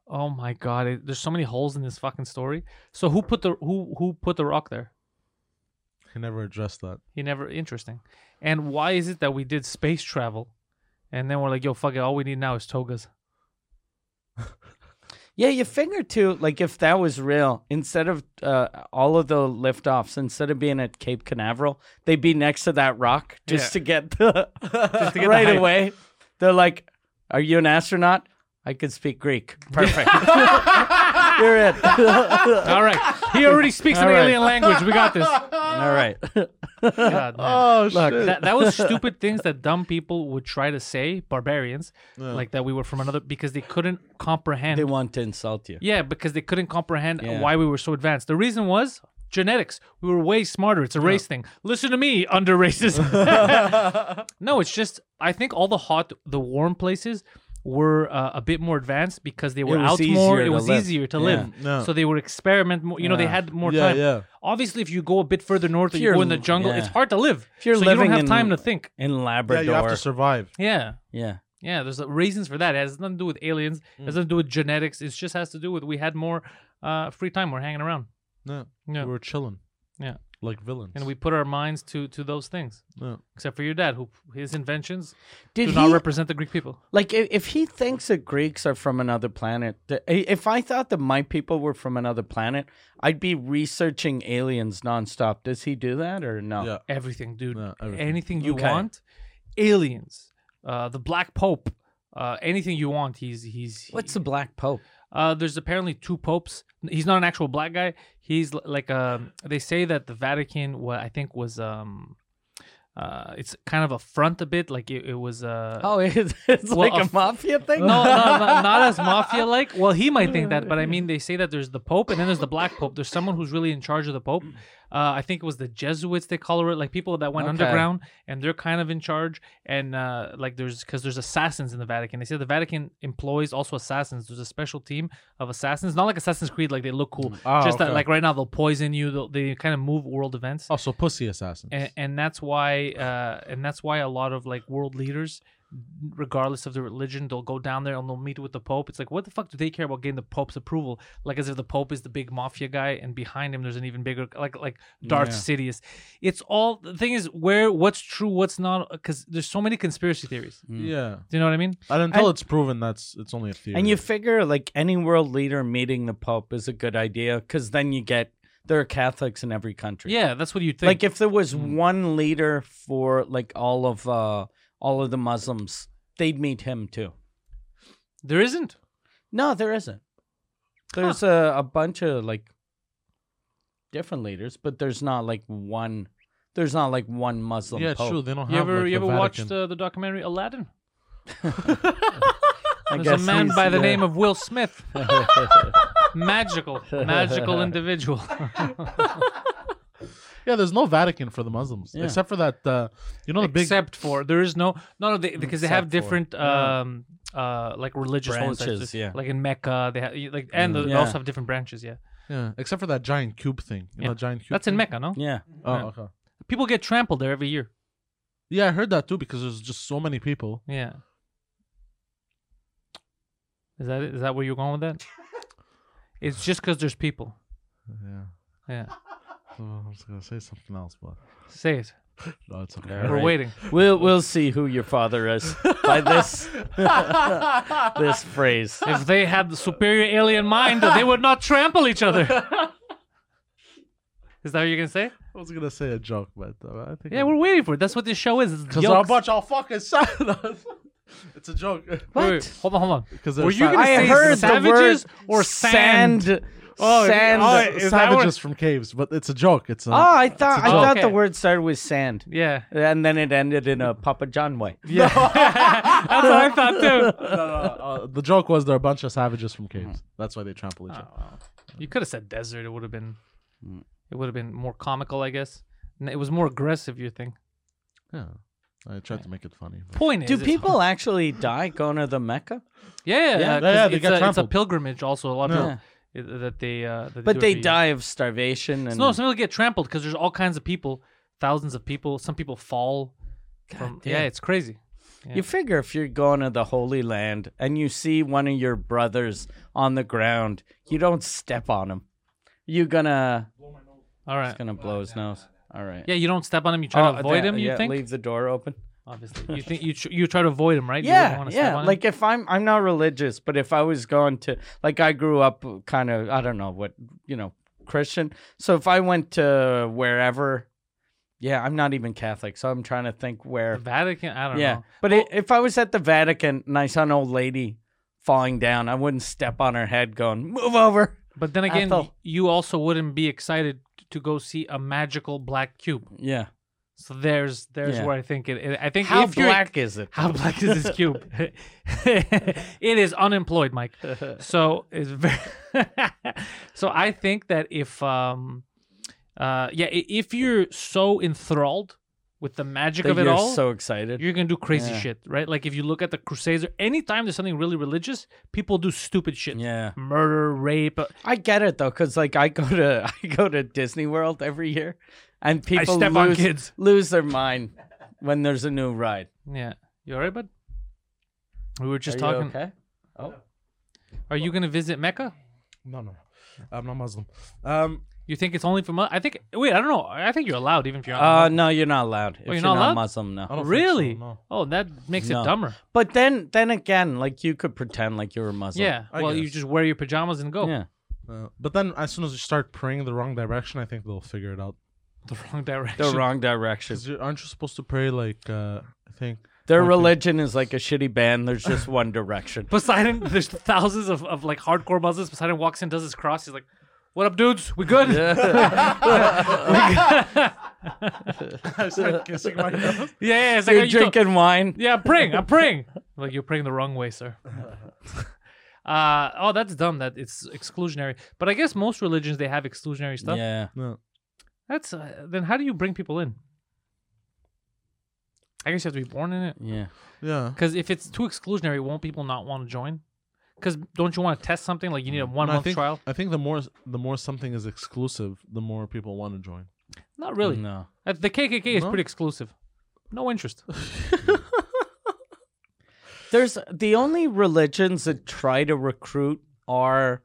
Speaker 2: Oh my god, it, there's so many holes in this fucking story. So who put the who who put the rock there?
Speaker 3: He never addressed that.
Speaker 2: He never interesting. And why is it that we did space travel, and then we're like, yo, fuck it, all we need now is togas.
Speaker 1: Yeah, your finger too. Like if that was real, instead of uh, all of the liftoffs, instead of being at Cape Canaveral, they'd be next to that rock just
Speaker 2: Yeah.
Speaker 1: to
Speaker 2: [LAUGHS]
Speaker 1: get the
Speaker 2: to get the
Speaker 1: right
Speaker 2: hype.
Speaker 1: away. They're like, "Are you an astronaut? I could speak Greek. Perfect. [LAUGHS] You're
Speaker 2: [LAUGHS]
Speaker 1: it. all
Speaker 2: All right. He already speaks an
Speaker 1: All right.
Speaker 2: alien language. We [LAUGHS] got this.
Speaker 1: right. [LAUGHS]
Speaker 2: God, man.
Speaker 3: Oh
Speaker 1: Look,
Speaker 3: shit!
Speaker 2: that, that was stupid things that dumb people would try to say, barbarians,
Speaker 3: Yeah.
Speaker 2: like that we were from another, because they couldn't comprehend.
Speaker 1: They want to insult you.
Speaker 2: yeah, because they couldn't comprehend
Speaker 1: Yeah.
Speaker 2: why we were so advanced. The reason was genetics. We were way smarter. It's a race thing. Listen to me, under
Speaker 1: [LAUGHS]
Speaker 2: racism. no, it's just I think all the hot, the warm places were uh, a bit more advanced because they were
Speaker 1: was
Speaker 2: out more.
Speaker 1: easier
Speaker 2: It
Speaker 1: to
Speaker 2: was
Speaker 1: live.
Speaker 2: easier to
Speaker 1: Yeah.
Speaker 2: live,
Speaker 3: No.
Speaker 2: so they would experiment more. You know, they
Speaker 1: Yeah.
Speaker 2: had more
Speaker 3: yeah,
Speaker 2: time.
Speaker 3: yeah.
Speaker 2: Obviously, if you go a bit further north, or you
Speaker 1: you're
Speaker 2: go in the
Speaker 1: l-
Speaker 2: jungle,
Speaker 1: yeah.
Speaker 2: it's hard to live.
Speaker 1: If you're
Speaker 2: so you
Speaker 1: living
Speaker 2: don't have
Speaker 1: in-
Speaker 2: time to think.
Speaker 1: In
Speaker 3: Yeah,
Speaker 1: Labrador.
Speaker 3: you have to survive.
Speaker 2: Yeah,
Speaker 1: yeah.
Speaker 2: yeah. There's uh, reasons for that. It has nothing to do with aliens. It has nothing to do with genetics. It just has to do with we had more uh, free time. We're hanging around,
Speaker 3: No,
Speaker 2: Yeah.
Speaker 3: we were chilling.
Speaker 2: Yeah.
Speaker 3: like villains.
Speaker 2: and we put our minds to to those things.
Speaker 3: No.
Speaker 2: Except for your dad, who his inventions
Speaker 1: Did
Speaker 2: do not
Speaker 1: he
Speaker 2: represent the Greek people.
Speaker 1: Like if, if he thinks that Greeks are from another planet, th- i- if I thought that my people were from another planet, I'd be researching aliens nonstop. Does he do that or no?
Speaker 3: Yeah.
Speaker 2: Everything, dude.
Speaker 3: No, everything.
Speaker 2: Anything you
Speaker 1: Okay.
Speaker 2: want, aliens, uh, the Black Pope, uh, anything you want. He's he's.
Speaker 1: What's the Black Pope?
Speaker 2: Uh, there's apparently two popes. He's not an actual black guy. He's l- like um. They say that the Vatican, what I think was um, uh, it's kind of a front a bit. Like it, it was uh.
Speaker 1: Oh, [LAUGHS] it's, it's
Speaker 2: Well,
Speaker 1: like
Speaker 2: a
Speaker 1: a,
Speaker 2: f-
Speaker 1: mafia thing.
Speaker 2: [LAUGHS] No, no, no, not as mafia like. Well, he might think that, but I mean, they say that there's the Pope and then there's the Black Pope. There's someone who's really in charge of the Pope. Uh, I think it was the Jesuits they call it, like people that went
Speaker 1: Okay.
Speaker 2: underground, and they're kind of in charge. And uh, like there's because there's assassins in the Vatican. They say the Vatican employs also assassins. There's a special team of assassins, not like Assassin's Creed, like they look cool.
Speaker 3: Ah,
Speaker 2: Just that,
Speaker 3: okay.
Speaker 2: like right now, they'll poison you. They'll, they kind of move world events
Speaker 3: also Oh, pussy assassins.
Speaker 2: and, and that's why uh, and that's why a lot of like world leaders regardless of the religion they'll go down there and they'll meet with the pope it's like what the fuck do they care about getting the pope's approval like as if the pope is the big mafia guy and behind him there's an even bigger like like darth sidious it's all the thing is where what's true what's not because there's so many conspiracy theories
Speaker 3: yeah,
Speaker 2: do you know what i mean
Speaker 3: and until it's proven, that's it's only a
Speaker 1: [LAUGHS]
Speaker 3: theory.
Speaker 1: And you figure like any world leader meeting the Pope is a good idea because then you get there are Catholics in every country.
Speaker 2: yeah that's what you think Mm.
Speaker 1: Like if there was one leader for like all of uh all of the Muslims, they'd meet him too.
Speaker 2: there isn't
Speaker 1: No, there isn't. There's a, a bunch of like different leaders, but there's not like one. There's not like one Muslim.
Speaker 3: yeah, it's
Speaker 1: pope.
Speaker 3: true. They don't
Speaker 2: you
Speaker 3: have.
Speaker 2: ever
Speaker 3: Uh-huh, like,
Speaker 2: you
Speaker 3: the
Speaker 2: ever
Speaker 3: Vatican.
Speaker 2: watched uh, the documentary aladdin
Speaker 1: I
Speaker 2: there's a
Speaker 1: guess
Speaker 2: man
Speaker 1: he's-
Speaker 2: by the
Speaker 1: yeah.
Speaker 2: name of will smith magical
Speaker 1: [LAUGHS]
Speaker 2: magical individual
Speaker 3: Yeah, there's no Vatican for the Muslims
Speaker 1: Yeah.
Speaker 3: except for that. Uh, you know the big.
Speaker 2: except for there is no no no they, because they have
Speaker 1: Except for,
Speaker 2: different um uh like religious holy sites.
Speaker 1: Branches, yeah.
Speaker 2: like in mecca they have like and they
Speaker 1: Yeah.
Speaker 2: also have different branches yeah
Speaker 3: Yeah, except for that giant cube thing. You
Speaker 2: Yeah.
Speaker 3: know, that giant cube.
Speaker 2: that's in
Speaker 3: thing?
Speaker 2: mecca no
Speaker 1: [LAUGHS] Yeah,
Speaker 3: Oh, okay.
Speaker 2: people get trampled there every year
Speaker 3: Yeah, I heard that too because there's just so many people.
Speaker 2: yeah is that it? is that where you're going with
Speaker 1: [LAUGHS]
Speaker 2: that it's just because there's people
Speaker 3: Yeah.
Speaker 2: yeah
Speaker 3: So I was gonna say something else, but
Speaker 2: say it
Speaker 3: no, it's okay.
Speaker 1: Yeah.
Speaker 2: we're
Speaker 1: Right.
Speaker 2: waiting
Speaker 1: we'll we'll see who your father is by this [LAUGHS] this phrase.
Speaker 2: if they had the superior alien mind they would not trample each
Speaker 1: [LAUGHS]
Speaker 2: other is that what you're gonna say
Speaker 3: I was gonna say a joke, but uh, I think
Speaker 2: yeah we're waiting for it that's what this show is
Speaker 3: because our bunch all fucking silent. [LAUGHS] it's a joke.
Speaker 2: Wait, wait, hold on, hold on.
Speaker 3: Because
Speaker 2: Were you gonna
Speaker 1: I
Speaker 2: say
Speaker 1: heard
Speaker 2: savages
Speaker 1: the word
Speaker 2: or sand?
Speaker 1: Sand.
Speaker 3: Oh,
Speaker 1: sand.
Speaker 3: oh,
Speaker 1: Oh,
Speaker 2: is that
Speaker 3: savages from caves, but it's a joke. It's a,
Speaker 1: I thought I
Speaker 2: joke.
Speaker 1: thought the
Speaker 2: Okay.
Speaker 1: word started with sand,
Speaker 2: [LAUGHS] Yeah,
Speaker 1: and then it ended in a Papa John way.
Speaker 2: yeah.
Speaker 1: [LAUGHS]
Speaker 2: That's what I thought too.
Speaker 3: No, no, uh, the joke was there are a bunch of savages from caves. That's why they trample each other.
Speaker 2: [LAUGHS] You could have said desert. It would have been, it would have been more comical, I guess. N- It was more aggressive. Your thing.
Speaker 3: Yeah, I tried to make it funny. but-
Speaker 2: Point
Speaker 1: Do
Speaker 2: is, it's-
Speaker 1: people actually die going to the Mecca?
Speaker 2: Yeah, yeah,
Speaker 1: Yeah,
Speaker 2: uh, 'cause
Speaker 3: yeah, they
Speaker 2: it's,
Speaker 3: got
Speaker 2: a, it's a
Speaker 3: trampled.
Speaker 2: pilgrimage. Also, a lot of
Speaker 3: No.
Speaker 2: people uh, that they, uh, that do
Speaker 1: [LAUGHS] But they
Speaker 2: every year.
Speaker 1: die of starvation and
Speaker 2: No, some people get trampled because there's all kinds of people, thousands of people. Some people fall. From, yeah,
Speaker 1: damn.
Speaker 2: it's crazy.
Speaker 1: You figure if you're going to the Holy Land and you see one of your brothers on the ground, you don't step on him. You're gonna
Speaker 2: All right.
Speaker 1: gonna blow his nose. All right.
Speaker 2: Yeah, you don't step on them. You try to
Speaker 1: Oh,
Speaker 2: avoid
Speaker 1: damn,
Speaker 2: them. You
Speaker 1: yeah,
Speaker 2: think?
Speaker 1: Leave the door open.
Speaker 2: obviously. You think you tr- you try to avoid him, right? You wouldn't
Speaker 1: Yeah,
Speaker 2: wanna step
Speaker 1: yeah.
Speaker 2: on him.
Speaker 1: Like if I'm, I'm not religious, but if I was going to, like I grew up kind of, I don't know what, you know, Christian. So if I went to wherever, yeah, I'm not even Catholic, so I'm trying to think
Speaker 2: the
Speaker 1: where.
Speaker 2: Vatican. I don't
Speaker 1: Yeah,
Speaker 2: know.
Speaker 1: but i if I was at the Vatican and I saw an old lady falling down, I wouldn't step on her head, going move over.
Speaker 2: But then again,
Speaker 1: Ethel.
Speaker 2: you also wouldn't be excited to go see a magical black cube.
Speaker 1: Yeah.
Speaker 2: So there's there's
Speaker 1: Yeah.
Speaker 2: where I think it. it I think
Speaker 1: How
Speaker 2: if you're-
Speaker 1: black is it?
Speaker 2: [LAUGHS] How black is this cube? [LAUGHS] it is unemployed,
Speaker 1: [LAUGHS]
Speaker 2: Mike. So it's very. [LAUGHS] so I think that if um, uh, yeah, i- if you're so enthralled with the magic
Speaker 1: That
Speaker 2: of it
Speaker 1: you're
Speaker 2: all,
Speaker 1: so excited.
Speaker 2: you're gonna do crazy
Speaker 1: Yeah.
Speaker 2: shit, right? Like if you look at the Crusades, or anytime there's something really religious, people do stupid shit,
Speaker 1: yeah.
Speaker 2: murder, rape. uh,
Speaker 1: I get it though, because like I go to [LAUGHS] I go to Disney World every year, and people
Speaker 2: step
Speaker 1: lose,
Speaker 2: on kids.
Speaker 1: lose their mind when there's a new ride.
Speaker 2: Yeah, you alright, bud? We were just
Speaker 1: Are
Speaker 2: talking.
Speaker 1: You okay. Oh,
Speaker 2: Are you gonna visit Mecca?
Speaker 3: No, no, I'm not Muslim. Um,
Speaker 2: You think it's only for? Mu- I think. Wait, I don't know. I I think you're allowed even if you're. not
Speaker 1: uh, no, you're not allowed. If
Speaker 2: you're
Speaker 1: you're
Speaker 2: not
Speaker 1: not,
Speaker 2: allowed?
Speaker 1: Muslim, no.
Speaker 3: I don't think so,
Speaker 2: Really?
Speaker 3: no.
Speaker 2: Oh, that makes it
Speaker 1: No.
Speaker 2: dumber.
Speaker 1: But then, then again, like you could pretend like you were Muslim.
Speaker 2: yeah.
Speaker 3: I
Speaker 2: well, you
Speaker 3: guess.
Speaker 2: just wear your pajamas and go.
Speaker 1: yeah.
Speaker 3: uh, but then as soon as you start praying the wrong direction, I think they'll figure it out.
Speaker 2: [LAUGHS] The wrong direction.
Speaker 1: The wrong direction.
Speaker 3: Because aren't you supposed to pray like uh, I think?
Speaker 1: Their
Speaker 3: Okay.
Speaker 1: religion is like a shitty band. There's
Speaker 2: [LAUGHS]
Speaker 1: just one direction.
Speaker 2: [LAUGHS] Poseidon, there's thousands of, of like hardcore Muslims. Poseidon walks in, does his cross. He's like, "What up, dudes? We good?" [LAUGHS]
Speaker 3: I [LAUGHS] start kissing [LAUGHS] my nose.
Speaker 2: Yeah, yeah. It's like,
Speaker 1: You're
Speaker 2: "Are you to-
Speaker 1: drinking wine.
Speaker 2: yeah, I'm praying. I'm praying. like you're praying the wrong way, sir. [LAUGHS] Uh, oh, that's dumb. That it's exclusionary. But I guess most religions they have exclusionary stuff.
Speaker 1: Yeah.
Speaker 3: No.
Speaker 2: That's uh, then. How do you bring people in? I guess you have to be born in it.
Speaker 1: Yeah.
Speaker 3: Yeah.
Speaker 2: Because if it's too exclusionary, won't people not want to join? Because don't you want to test something? Like you need a one
Speaker 3: No, I
Speaker 2: month
Speaker 3: think,
Speaker 2: trial?
Speaker 3: I think the more the more something is exclusive, the more people want to join.
Speaker 2: Not really.
Speaker 1: Mm, No.
Speaker 2: Uh, The KKK is
Speaker 3: No?
Speaker 2: pretty exclusive. No interest.
Speaker 1: There's the only religions that try to recruit are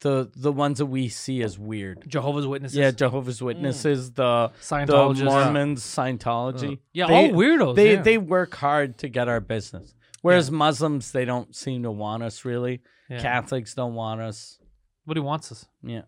Speaker 1: the the ones that we see as weird.
Speaker 2: Jehovah's Witnesses. Mm.
Speaker 1: Yeah, Jehovah's Witnesses, the
Speaker 2: Scientologists. Uh,
Speaker 1: the Mormons, Scientology.
Speaker 2: Yeah,
Speaker 1: They-
Speaker 2: all weirdos.
Speaker 1: They
Speaker 2: yeah.
Speaker 1: they work hard to get our business. Whereas Muslims, they don't seem to want us really.
Speaker 2: Yeah.
Speaker 1: Catholics don't want us.
Speaker 2: What he wants us.
Speaker 1: Yeah.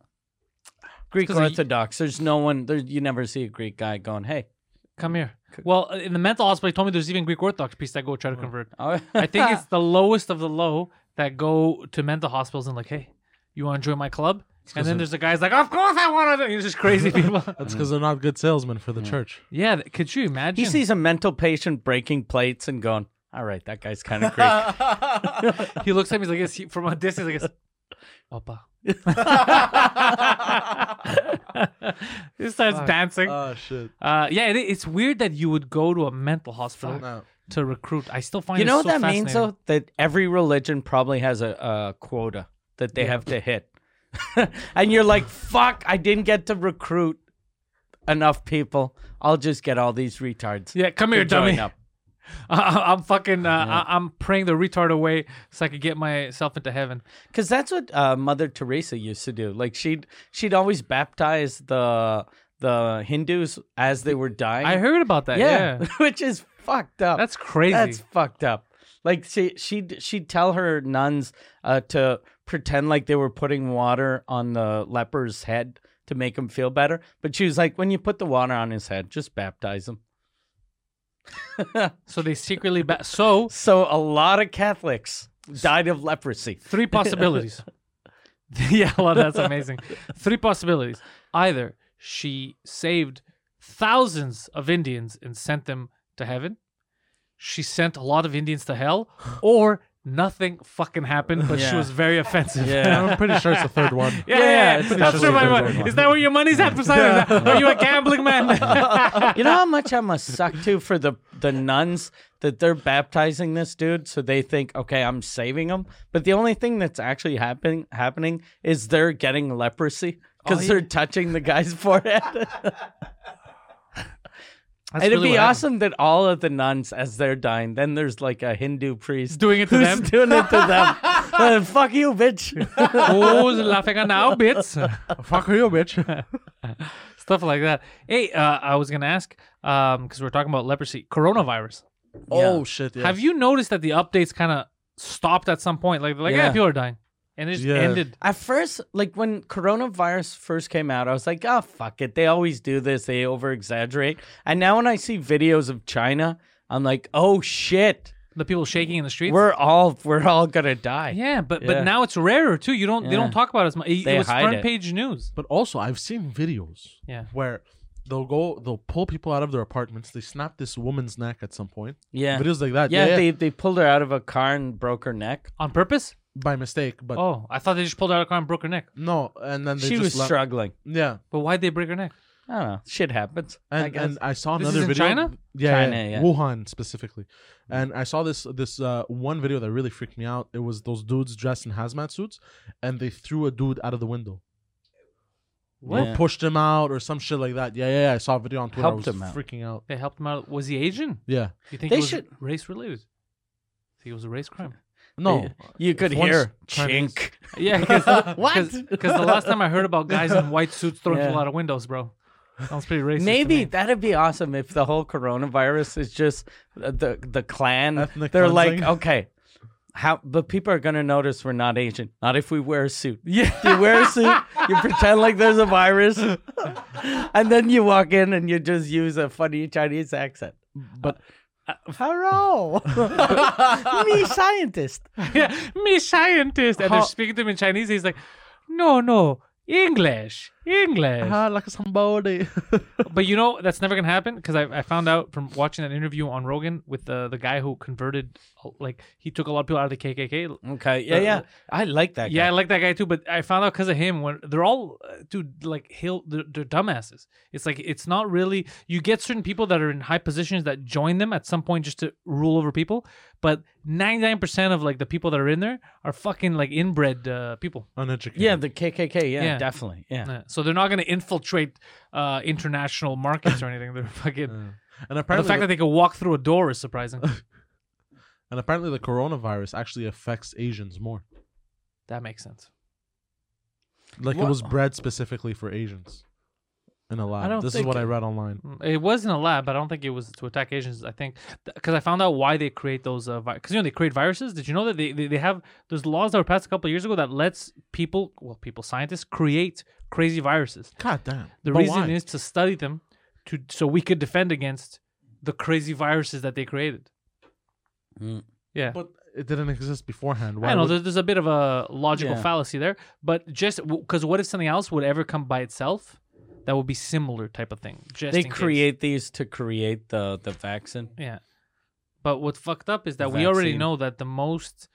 Speaker 1: Greek
Speaker 2: 'cause they-
Speaker 1: Orthodox. There's no one. There, you never see a Greek guy going, "Hey." [LAUGHS]
Speaker 2: Come here. Well, uh, in the mental hospital, he told me there's even Greek Orthodox people that go try to convert.
Speaker 1: I
Speaker 2: I think
Speaker 1: [LAUGHS]
Speaker 2: it's the lowest of the low that go to mental hospitals and like, hey, you want to join my club? And then there's the guy's like, of course I want to. He's just crazy [LAUGHS] people.
Speaker 3: That's because they're not good salesmen for the church.
Speaker 2: yeah, th- could you imagine?
Speaker 1: He sees a mental patient breaking plates and going, "All right, that guy's
Speaker 2: [LAUGHS]
Speaker 1: kind of Greek."
Speaker 2: he looks at me he's like yes, he, from a distance like yes, Opa. [LAUGHS] he starts dancing. Uh,
Speaker 3: Oh [LAUGHS] shit.
Speaker 2: yeah, it, it's weird that you would go to a mental hospital
Speaker 3: No. [LAUGHS]
Speaker 2: to recruit. I still find
Speaker 1: You
Speaker 2: it
Speaker 1: know what
Speaker 2: so
Speaker 1: that means
Speaker 2: fascinating.
Speaker 1: though? That every religion probably has a, a quota that they have to hit. [LAUGHS] and you're like, fuck, I didn't get to recruit enough people. I'll just get all these retards.
Speaker 2: Yeah, come here,
Speaker 1: to join
Speaker 2: dummy.
Speaker 1: up."
Speaker 2: [LAUGHS] I, am fucking. Uh, I, I'm praying the retard away so I could get myself into heaven.
Speaker 1: Because that's what uh, Mother Teresa used to do. Like she'd she'd always baptize the the Hindus as they were dying.
Speaker 2: I heard about that. Yeah,
Speaker 1: yeah, [LAUGHS] which is fucked up.
Speaker 2: that's crazy.
Speaker 1: That's fucked up. Like she she'd she'd tell her nuns uh, to pretend like they were putting water on the leper's head to make him feel better, but she was like, when you put the water on his head, just baptize him.
Speaker 2: so they secretly. Ba- so
Speaker 1: So a lot of Catholics died of leprosy. [LAUGHS]
Speaker 2: three possibilities. [LAUGHS] yeah, well, that's amazing. Three possibilities. Either she saved thousands of Indians and sent them to heaven, she sent a lot of Indians to
Speaker 1: [LAUGHS]
Speaker 2: hell, or nothing fucking happened, but she
Speaker 1: Yeah.
Speaker 2: was very offensive.
Speaker 3: I'm pretty sure it's the third [LAUGHS] one.
Speaker 2: Yeah, yeah, yeah.
Speaker 1: it's
Speaker 2: That's
Speaker 3: definitely
Speaker 2: where my
Speaker 3: the
Speaker 2: money-
Speaker 3: third one.
Speaker 2: Is that where your money's
Speaker 1: [LAUGHS]
Speaker 2: at, Poseidon? Are you a gambling man? [LAUGHS]
Speaker 1: You know how much I must suck too for the the nuns that they're baptizing this dude, so they think, okay, I'm saving him. But the only thing that's actually happening happening is they're getting leprosy because
Speaker 2: Oh, yeah.
Speaker 1: they're touching the guy's [LAUGHS] forehead.
Speaker 2: That's
Speaker 1: It'd
Speaker 2: really
Speaker 1: be
Speaker 2: what happened.
Speaker 1: awesome that all of the nuns, as they're dying, then there's like a Hindu priest
Speaker 2: Doing it to
Speaker 1: who's
Speaker 2: them.
Speaker 1: doing it
Speaker 2: [LAUGHS]
Speaker 1: to them. Uh, fuck you, bitch.
Speaker 2: Who's laughing at now, bitch?
Speaker 3: Fuck
Speaker 2: [LAUGHS]
Speaker 3: you, bitch.
Speaker 2: um, Stuff like that. Hey, uh, I was gonna ask because we're talking about leprosy, coronavirus.
Speaker 1: Yeah.
Speaker 3: Oh shit!
Speaker 2: Have you noticed that the updates kind of stopped at some point? Like, like yeah.
Speaker 1: Yeah.
Speaker 2: people are dying, and it just
Speaker 3: Yeah.
Speaker 2: ended.
Speaker 1: At first, like when coronavirus first came out, I was like, oh, fuck it. They always do this. They over exaggerate. And now when I see videos of China, I'm like, oh shit.
Speaker 2: The people shaking in the streets.
Speaker 1: We're all we're all gonna die.
Speaker 2: yeah, but
Speaker 1: Yeah.
Speaker 2: but now it's rarer too. You don't they don't
Speaker 1: Yeah.
Speaker 2: talk about it as much. It,
Speaker 1: They
Speaker 2: it was
Speaker 1: hide
Speaker 2: front
Speaker 1: it.
Speaker 2: page news.
Speaker 3: But also, I've seen videos
Speaker 2: Yeah.
Speaker 3: where they'll go, they'll pull people out of their apartments. They snap this woman's neck at some point.
Speaker 1: Yeah.
Speaker 3: Videos like that.
Speaker 1: Yeah,
Speaker 3: Yeah, yeah,
Speaker 1: They, they pulled her out of a car and broke her neck.
Speaker 2: On purpose?
Speaker 3: by mistake. But
Speaker 2: oh, I thought they just pulled out a car and broke her neck.
Speaker 3: no, and then they
Speaker 1: she
Speaker 3: just
Speaker 1: was
Speaker 3: let-
Speaker 1: struggling.
Speaker 3: Yeah,
Speaker 2: But why'd they break her neck?
Speaker 1: I don't know. Shit happens. I
Speaker 3: and
Speaker 1: guess.
Speaker 3: and I saw
Speaker 2: This is
Speaker 3: another
Speaker 2: in
Speaker 3: video.
Speaker 2: China?
Speaker 3: Yeah,
Speaker 1: China, yeah.
Speaker 3: Wuhan specifically. And I saw this this uh, one video that really freaked me out. It was those dudes dressed in hazmat suits, and they threw a dude out of the window.
Speaker 1: What?
Speaker 3: Or pushed him out, or some shit like that. Yeah, yeah. yeah. I saw a video on Twitter.
Speaker 1: Helped
Speaker 3: I was
Speaker 1: him out.
Speaker 3: freaking out.
Speaker 2: They helped him out. Was he Asian?
Speaker 3: Yeah.
Speaker 2: Do you think
Speaker 1: They
Speaker 2: it was
Speaker 1: should-
Speaker 2: race related? Think it was a race crime.
Speaker 3: No.
Speaker 1: you could
Speaker 3: if one's
Speaker 1: hear
Speaker 3: Chinese-
Speaker 1: chink.
Speaker 2: Yeah, because
Speaker 1: [LAUGHS] What?
Speaker 2: Because the last time I heard about guys in white suits throwing
Speaker 1: Yeah.
Speaker 2: people out of windows, bro. Sounds pretty racist. to
Speaker 1: Maybe
Speaker 2: me.
Speaker 1: that'd be awesome if the whole coronavirus is just the the clan.
Speaker 3: Ethnic
Speaker 1: They're [LAUGHS]
Speaker 3: cleansing.
Speaker 1: like, okay, how? But people are gonna notice we're not Asian. Not if we wear a suit. Yeah, you wear a suit. [LAUGHS] You pretend like there's a virus, and then you walk in and you just use a funny Chinese accent.
Speaker 3: But
Speaker 1: Hello, Uh, [LAUGHS] me scientist.
Speaker 2: [LAUGHS] yeah, me scientist. And they're
Speaker 1: How-
Speaker 2: speaking to him in Chinese. He's like, no, no, English, English.
Speaker 3: Ah, [LAUGHS] like somebody.
Speaker 2: But you know, that's never going to happen because I, I found out from watching that interview on Rogan with the, the guy who converted, like, he took a lot of people out of the KKK.
Speaker 1: Okay, yeah, yeah. Uh, I like that.
Speaker 2: Yeah, I
Speaker 1: guy.
Speaker 2: like that guy too, but I found out because of him when they're all, uh, dude, like, he'll, they're, they're dumbasses. It's like, it's not really, you get certain people that are in high positions that join them at some point just to rule over people, but 99% of, like, the people that are in there are fucking, like, inbred uh, people.
Speaker 3: Uneducated.
Speaker 1: yeah. The KKK. Yeah,
Speaker 2: Yeah.
Speaker 1: definitely. Yeah.
Speaker 2: Yeah, So they're not going to infiltrate uh, international markets or anything. They're fucking.
Speaker 3: Yeah. And
Speaker 2: But the
Speaker 3: apparently,
Speaker 2: fact that they can walk through a door is surprising.
Speaker 3: and apparently, the coronavirus actually affects Asians more.
Speaker 2: that makes sense.
Speaker 3: Like it
Speaker 1: Wha-
Speaker 3: was bred specifically for Asians in a lab.
Speaker 1: don't
Speaker 3: This is
Speaker 1: think-
Speaker 3: what I read online.
Speaker 2: Mm, It was in a lab, but I don't think it was to attack Asians. I think because I found out why they create those because you know they create viruses. Did you know that they, they, they have those laws that were passed a couple of years ago that lets people well people scientists create crazy viruses.
Speaker 3: God damn.
Speaker 2: The
Speaker 3: But
Speaker 2: reason
Speaker 3: why?
Speaker 2: is to study them to so we could defend against the crazy viruses that they created.
Speaker 1: Mm.
Speaker 2: Yeah.
Speaker 3: But it didn't exist beforehand. Why
Speaker 2: I know
Speaker 3: would-
Speaker 2: there's, there's a bit of a logical
Speaker 1: Yeah.
Speaker 2: fallacy there, but just because what if something else would ever come by itself that would be similar type of thing? Just
Speaker 1: They
Speaker 2: in case.
Speaker 1: create these to create the the vaccine.
Speaker 2: yeah. But what's fucked up is that we already
Speaker 1: Vaccine.
Speaker 2: know that the most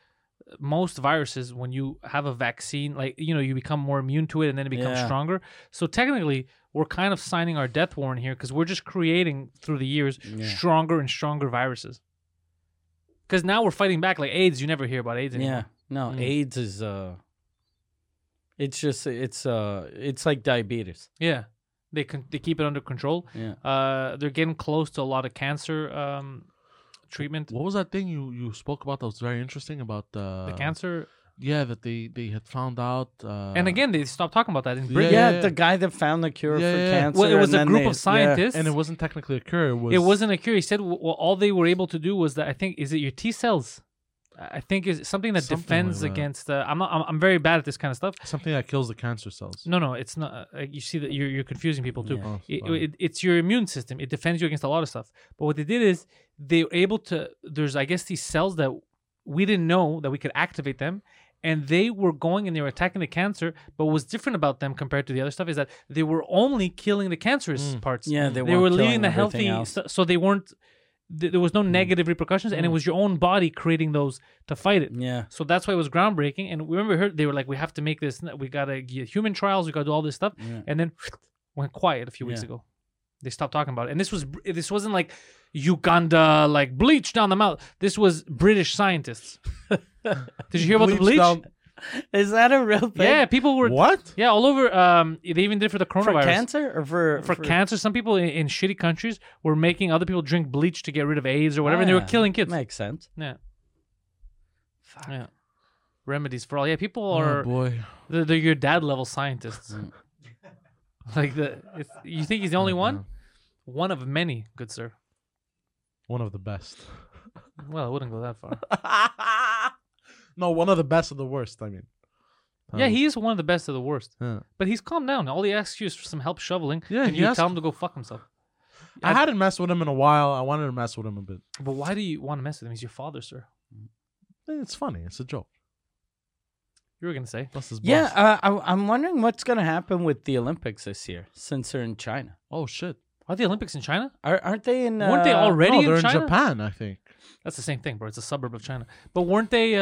Speaker 2: most viruses when you have a vaccine, like you know, you become more immune to it and then it becomes
Speaker 1: Yeah.
Speaker 2: stronger. So technically, we're kind of signing our death warrant here because we're just creating through the years
Speaker 1: Yeah.
Speaker 2: stronger and stronger viruses. Because now we're fighting back like AIDS. You never hear about AIDS anymore.
Speaker 1: Yeah. No,
Speaker 2: Mm.
Speaker 1: AIDS is uh it's just it's uh it's like diabetes.
Speaker 2: Yeah, they can they keep it under control.
Speaker 1: Yeah.
Speaker 2: Uh, they're getting close to a lot of cancer um, treatment.
Speaker 3: What was that thing you, you spoke about that was very interesting about uh,
Speaker 2: the cancer,
Speaker 3: Yeah, that they, they had found out. Uh,
Speaker 2: and again they stopped talking about that in
Speaker 3: yeah,
Speaker 2: Britain.
Speaker 1: yeah,
Speaker 3: yeah.
Speaker 1: the guy that found the cure
Speaker 3: Yeah,
Speaker 1: for
Speaker 3: yeah, yeah.
Speaker 1: cancer.
Speaker 2: Well, it was
Speaker 1: and
Speaker 2: a
Speaker 1: then
Speaker 2: group
Speaker 1: they-
Speaker 2: of scientists.
Speaker 3: and it wasn't technically a cure. It was.
Speaker 2: it wasn't a cure. He said, well, all they were able to do was that I think is it your T cells. I I think is something that
Speaker 3: Something like
Speaker 2: defends
Speaker 3: that.
Speaker 2: against. Uh, I'm not. I'm, I'm very bad at this kind of stuff.
Speaker 3: something that kills the cancer cells.
Speaker 2: No, no, it's not. Uh, you see that you're you're confusing people too.
Speaker 1: Yeah.
Speaker 3: Oh,
Speaker 2: It,
Speaker 3: sorry.
Speaker 2: it, it's your immune system. It defends you against a lot of stuff. But what they did is they were able to. There's I guess these cells that we didn't know that we could activate them, and they were going and they were attacking the cancer. But what was different about them compared to the other stuff is that they were only killing the cancerous
Speaker 3: Mm.
Speaker 2: parts.
Speaker 1: Yeah, they,
Speaker 2: they were
Speaker 1: weren't
Speaker 2: leaving
Speaker 1: killing
Speaker 2: the healthy,
Speaker 1: everything else.
Speaker 2: st- so they weren't. Th- there was no negative repercussions, and it
Speaker 1: Mm.
Speaker 2: was your own body creating those to fight it.
Speaker 1: Yeah.
Speaker 2: So that's why it was groundbreaking. And remember, we heard they were like, "We have to make this. We gotta get human trials. We gotta do all this stuff."
Speaker 1: yeah.
Speaker 2: and then [SNIFFS] went quiet a few weeks
Speaker 1: Yeah.
Speaker 2: ago. They stopped talking about it. And this was br- this wasn't like Uganda like bleach down the mouth. This was British scientists. Did you hear about the bleach?
Speaker 3: down-
Speaker 1: Is that a real thing?
Speaker 2: yeah, people were
Speaker 3: What?
Speaker 2: yeah all over. Um, they even did for the
Speaker 1: For
Speaker 2: coronavirus.
Speaker 1: cancer or for
Speaker 2: For cancer, some people in, in shitty countries were making other people drink bleach to get rid of AIDS or whatever,
Speaker 3: Oh,
Speaker 2: and they were
Speaker 1: Ah,
Speaker 2: killing kids.
Speaker 1: Makes sense.
Speaker 2: Yeah,
Speaker 1: [LAUGHS] Fuck.
Speaker 2: yeah. Remedies for all. Yeah, people
Speaker 3: Oh
Speaker 2: are
Speaker 3: boy. Mm.
Speaker 2: they're, they're your dad level scientists. [LAUGHS] like the it's, you think he's the only
Speaker 3: Oh,
Speaker 2: one?
Speaker 3: no.
Speaker 2: One of many, good sir.
Speaker 3: One of the best.
Speaker 2: Well, I wouldn't go that
Speaker 3: [LAUGHS]
Speaker 2: far.
Speaker 3: no, one of the best of the worst. I mean,
Speaker 2: yeah,
Speaker 3: Um,
Speaker 2: he is one of the best of the worst.
Speaker 3: yeah.
Speaker 2: But he's calmed down. All he asks you is for some help shoveling.
Speaker 3: Yeah,
Speaker 2: and
Speaker 3: he
Speaker 2: you
Speaker 3: asked-
Speaker 2: tell him to go fuck himself.
Speaker 3: I hadn't messed with him in a while. I wanted to mess with him a bit.
Speaker 2: But why do you want to mess with him? He's your father, sir.
Speaker 3: It's funny. It's a joke.
Speaker 2: You were gonna say.
Speaker 3: Plus his boss.
Speaker 1: Yeah, uh, I, I'm wondering what's going to happen with the Olympics this year since they're in China.
Speaker 3: Oh shit.
Speaker 2: Are the Olympics in China?
Speaker 1: Are, aren't they in?
Speaker 2: Weren't they
Speaker 1: uh,
Speaker 2: already
Speaker 3: no,
Speaker 2: in
Speaker 3: they're in,
Speaker 2: China?
Speaker 3: Japan, I think.
Speaker 2: That's the same thing, bro. It's a suburb of China. But weren't they?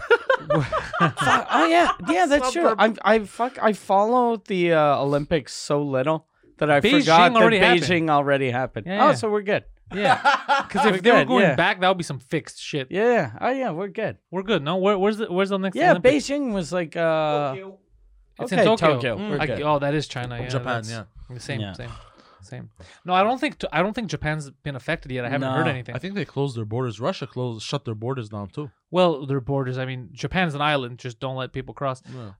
Speaker 1: [LAUGHS]
Speaker 2: Uh...
Speaker 1: Fuck, oh yeah, yeah, that's true. I I fuck I follow the uh, Olympics so little that I
Speaker 2: Beijing
Speaker 1: forgot that
Speaker 2: already happened.
Speaker 1: Beijing already happened.
Speaker 2: Yeah,
Speaker 1: oh,
Speaker 2: yeah.
Speaker 1: so we're good.
Speaker 2: yeah, because if
Speaker 1: We're
Speaker 2: they were
Speaker 1: good,
Speaker 2: going
Speaker 1: yeah.
Speaker 2: back, that would be some fixed shit.
Speaker 1: Yeah, yeah. Oh yeah, we're good.
Speaker 2: We're good. No, Where, where's the where's the next?
Speaker 1: Yeah,
Speaker 2: Olympics?
Speaker 1: Beijing was like uh
Speaker 2: It's
Speaker 1: okay,
Speaker 2: in Tokyo.
Speaker 1: Tokyo. We're
Speaker 2: I-
Speaker 1: good.
Speaker 2: oh, that is China. Yeah,
Speaker 3: Japan,
Speaker 2: that's-
Speaker 3: yeah.
Speaker 2: the Same,
Speaker 1: Yeah.
Speaker 2: same, same. No, I don't think I don't think Japan's been affected yet. I haven't heard
Speaker 1: No.
Speaker 2: anything.
Speaker 3: I think they closed their borders. Russia closed, shut their borders down too.
Speaker 2: well, their borders. I mean, Japan's an island. Just don't let people cross.
Speaker 3: Yeah.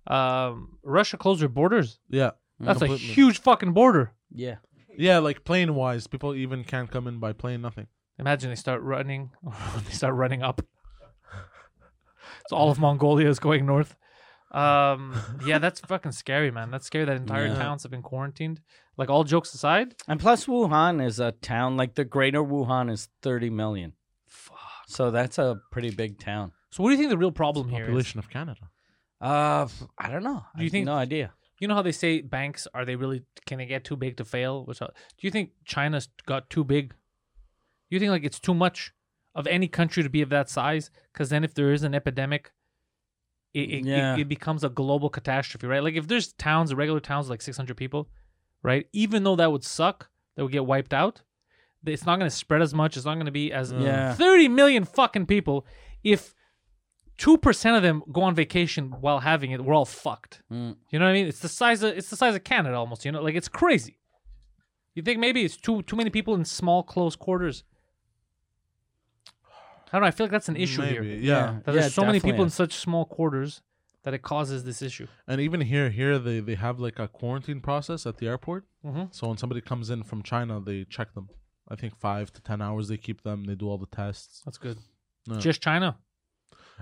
Speaker 2: Um, Russia closed their borders.
Speaker 3: Yeah,
Speaker 1: Mm,
Speaker 2: That's
Speaker 3: Mm. Completely.
Speaker 2: a huge fucking border.
Speaker 1: yeah.
Speaker 3: yeah like plane wise, people even can't come in by plane. Nothing.
Speaker 2: Imagine they start running. [LAUGHS] they start running up. So all of Mongolia is going north. Um, yeah, that's fucking scary, man. That's scary that entire
Speaker 1: Yeah.
Speaker 2: towns have been quarantined. Like all jokes aside,
Speaker 1: And plus, Wuhan is a town like the greater Wuhan is 30 million.
Speaker 2: fuck.
Speaker 1: So that's a pretty big town.
Speaker 2: So what do you think the real problem here is?
Speaker 3: Population of Canada.
Speaker 1: Uh, f- I don't know.
Speaker 2: Do
Speaker 1: I
Speaker 2: you
Speaker 1: have
Speaker 2: think-
Speaker 1: No idea.
Speaker 2: You know how they say banks are they really can they get too big to fail? Which do you think China's got too big? You think like it's too much of any country to be of that size? Because then if there is an epidemic, it it,
Speaker 1: Yeah.
Speaker 2: it it becomes a global catastrophe, right? Like if there's towns, regular towns with like 600 people, right? Even though that would suck, that would get wiped out. th- It's not going to spread as much. It's not going to be as
Speaker 1: Yeah.
Speaker 2: 30 million fucking people. If two percent of them go on vacation while having it, we're all fucked.
Speaker 1: Mm.
Speaker 2: You know what I mean? It's the size of it's the size of Canada almost. You know, like it's crazy. You think maybe it's too too many people in small close quarters? I don't know. I feel like that's an issue
Speaker 3: Maybe.
Speaker 2: here.
Speaker 3: Yeah.
Speaker 2: That there's
Speaker 1: Yeah,
Speaker 2: so many
Speaker 1: definitely
Speaker 2: people in
Speaker 1: is.
Speaker 2: such small quarters that it causes this issue.
Speaker 3: and even here, here they they have like a quarantine process at the airport.
Speaker 2: Mhm.
Speaker 3: So when somebody comes in from China, they check them. I think five to ten hours they keep them. They do all the tests.
Speaker 2: That's good.
Speaker 3: Yeah.
Speaker 2: Just China.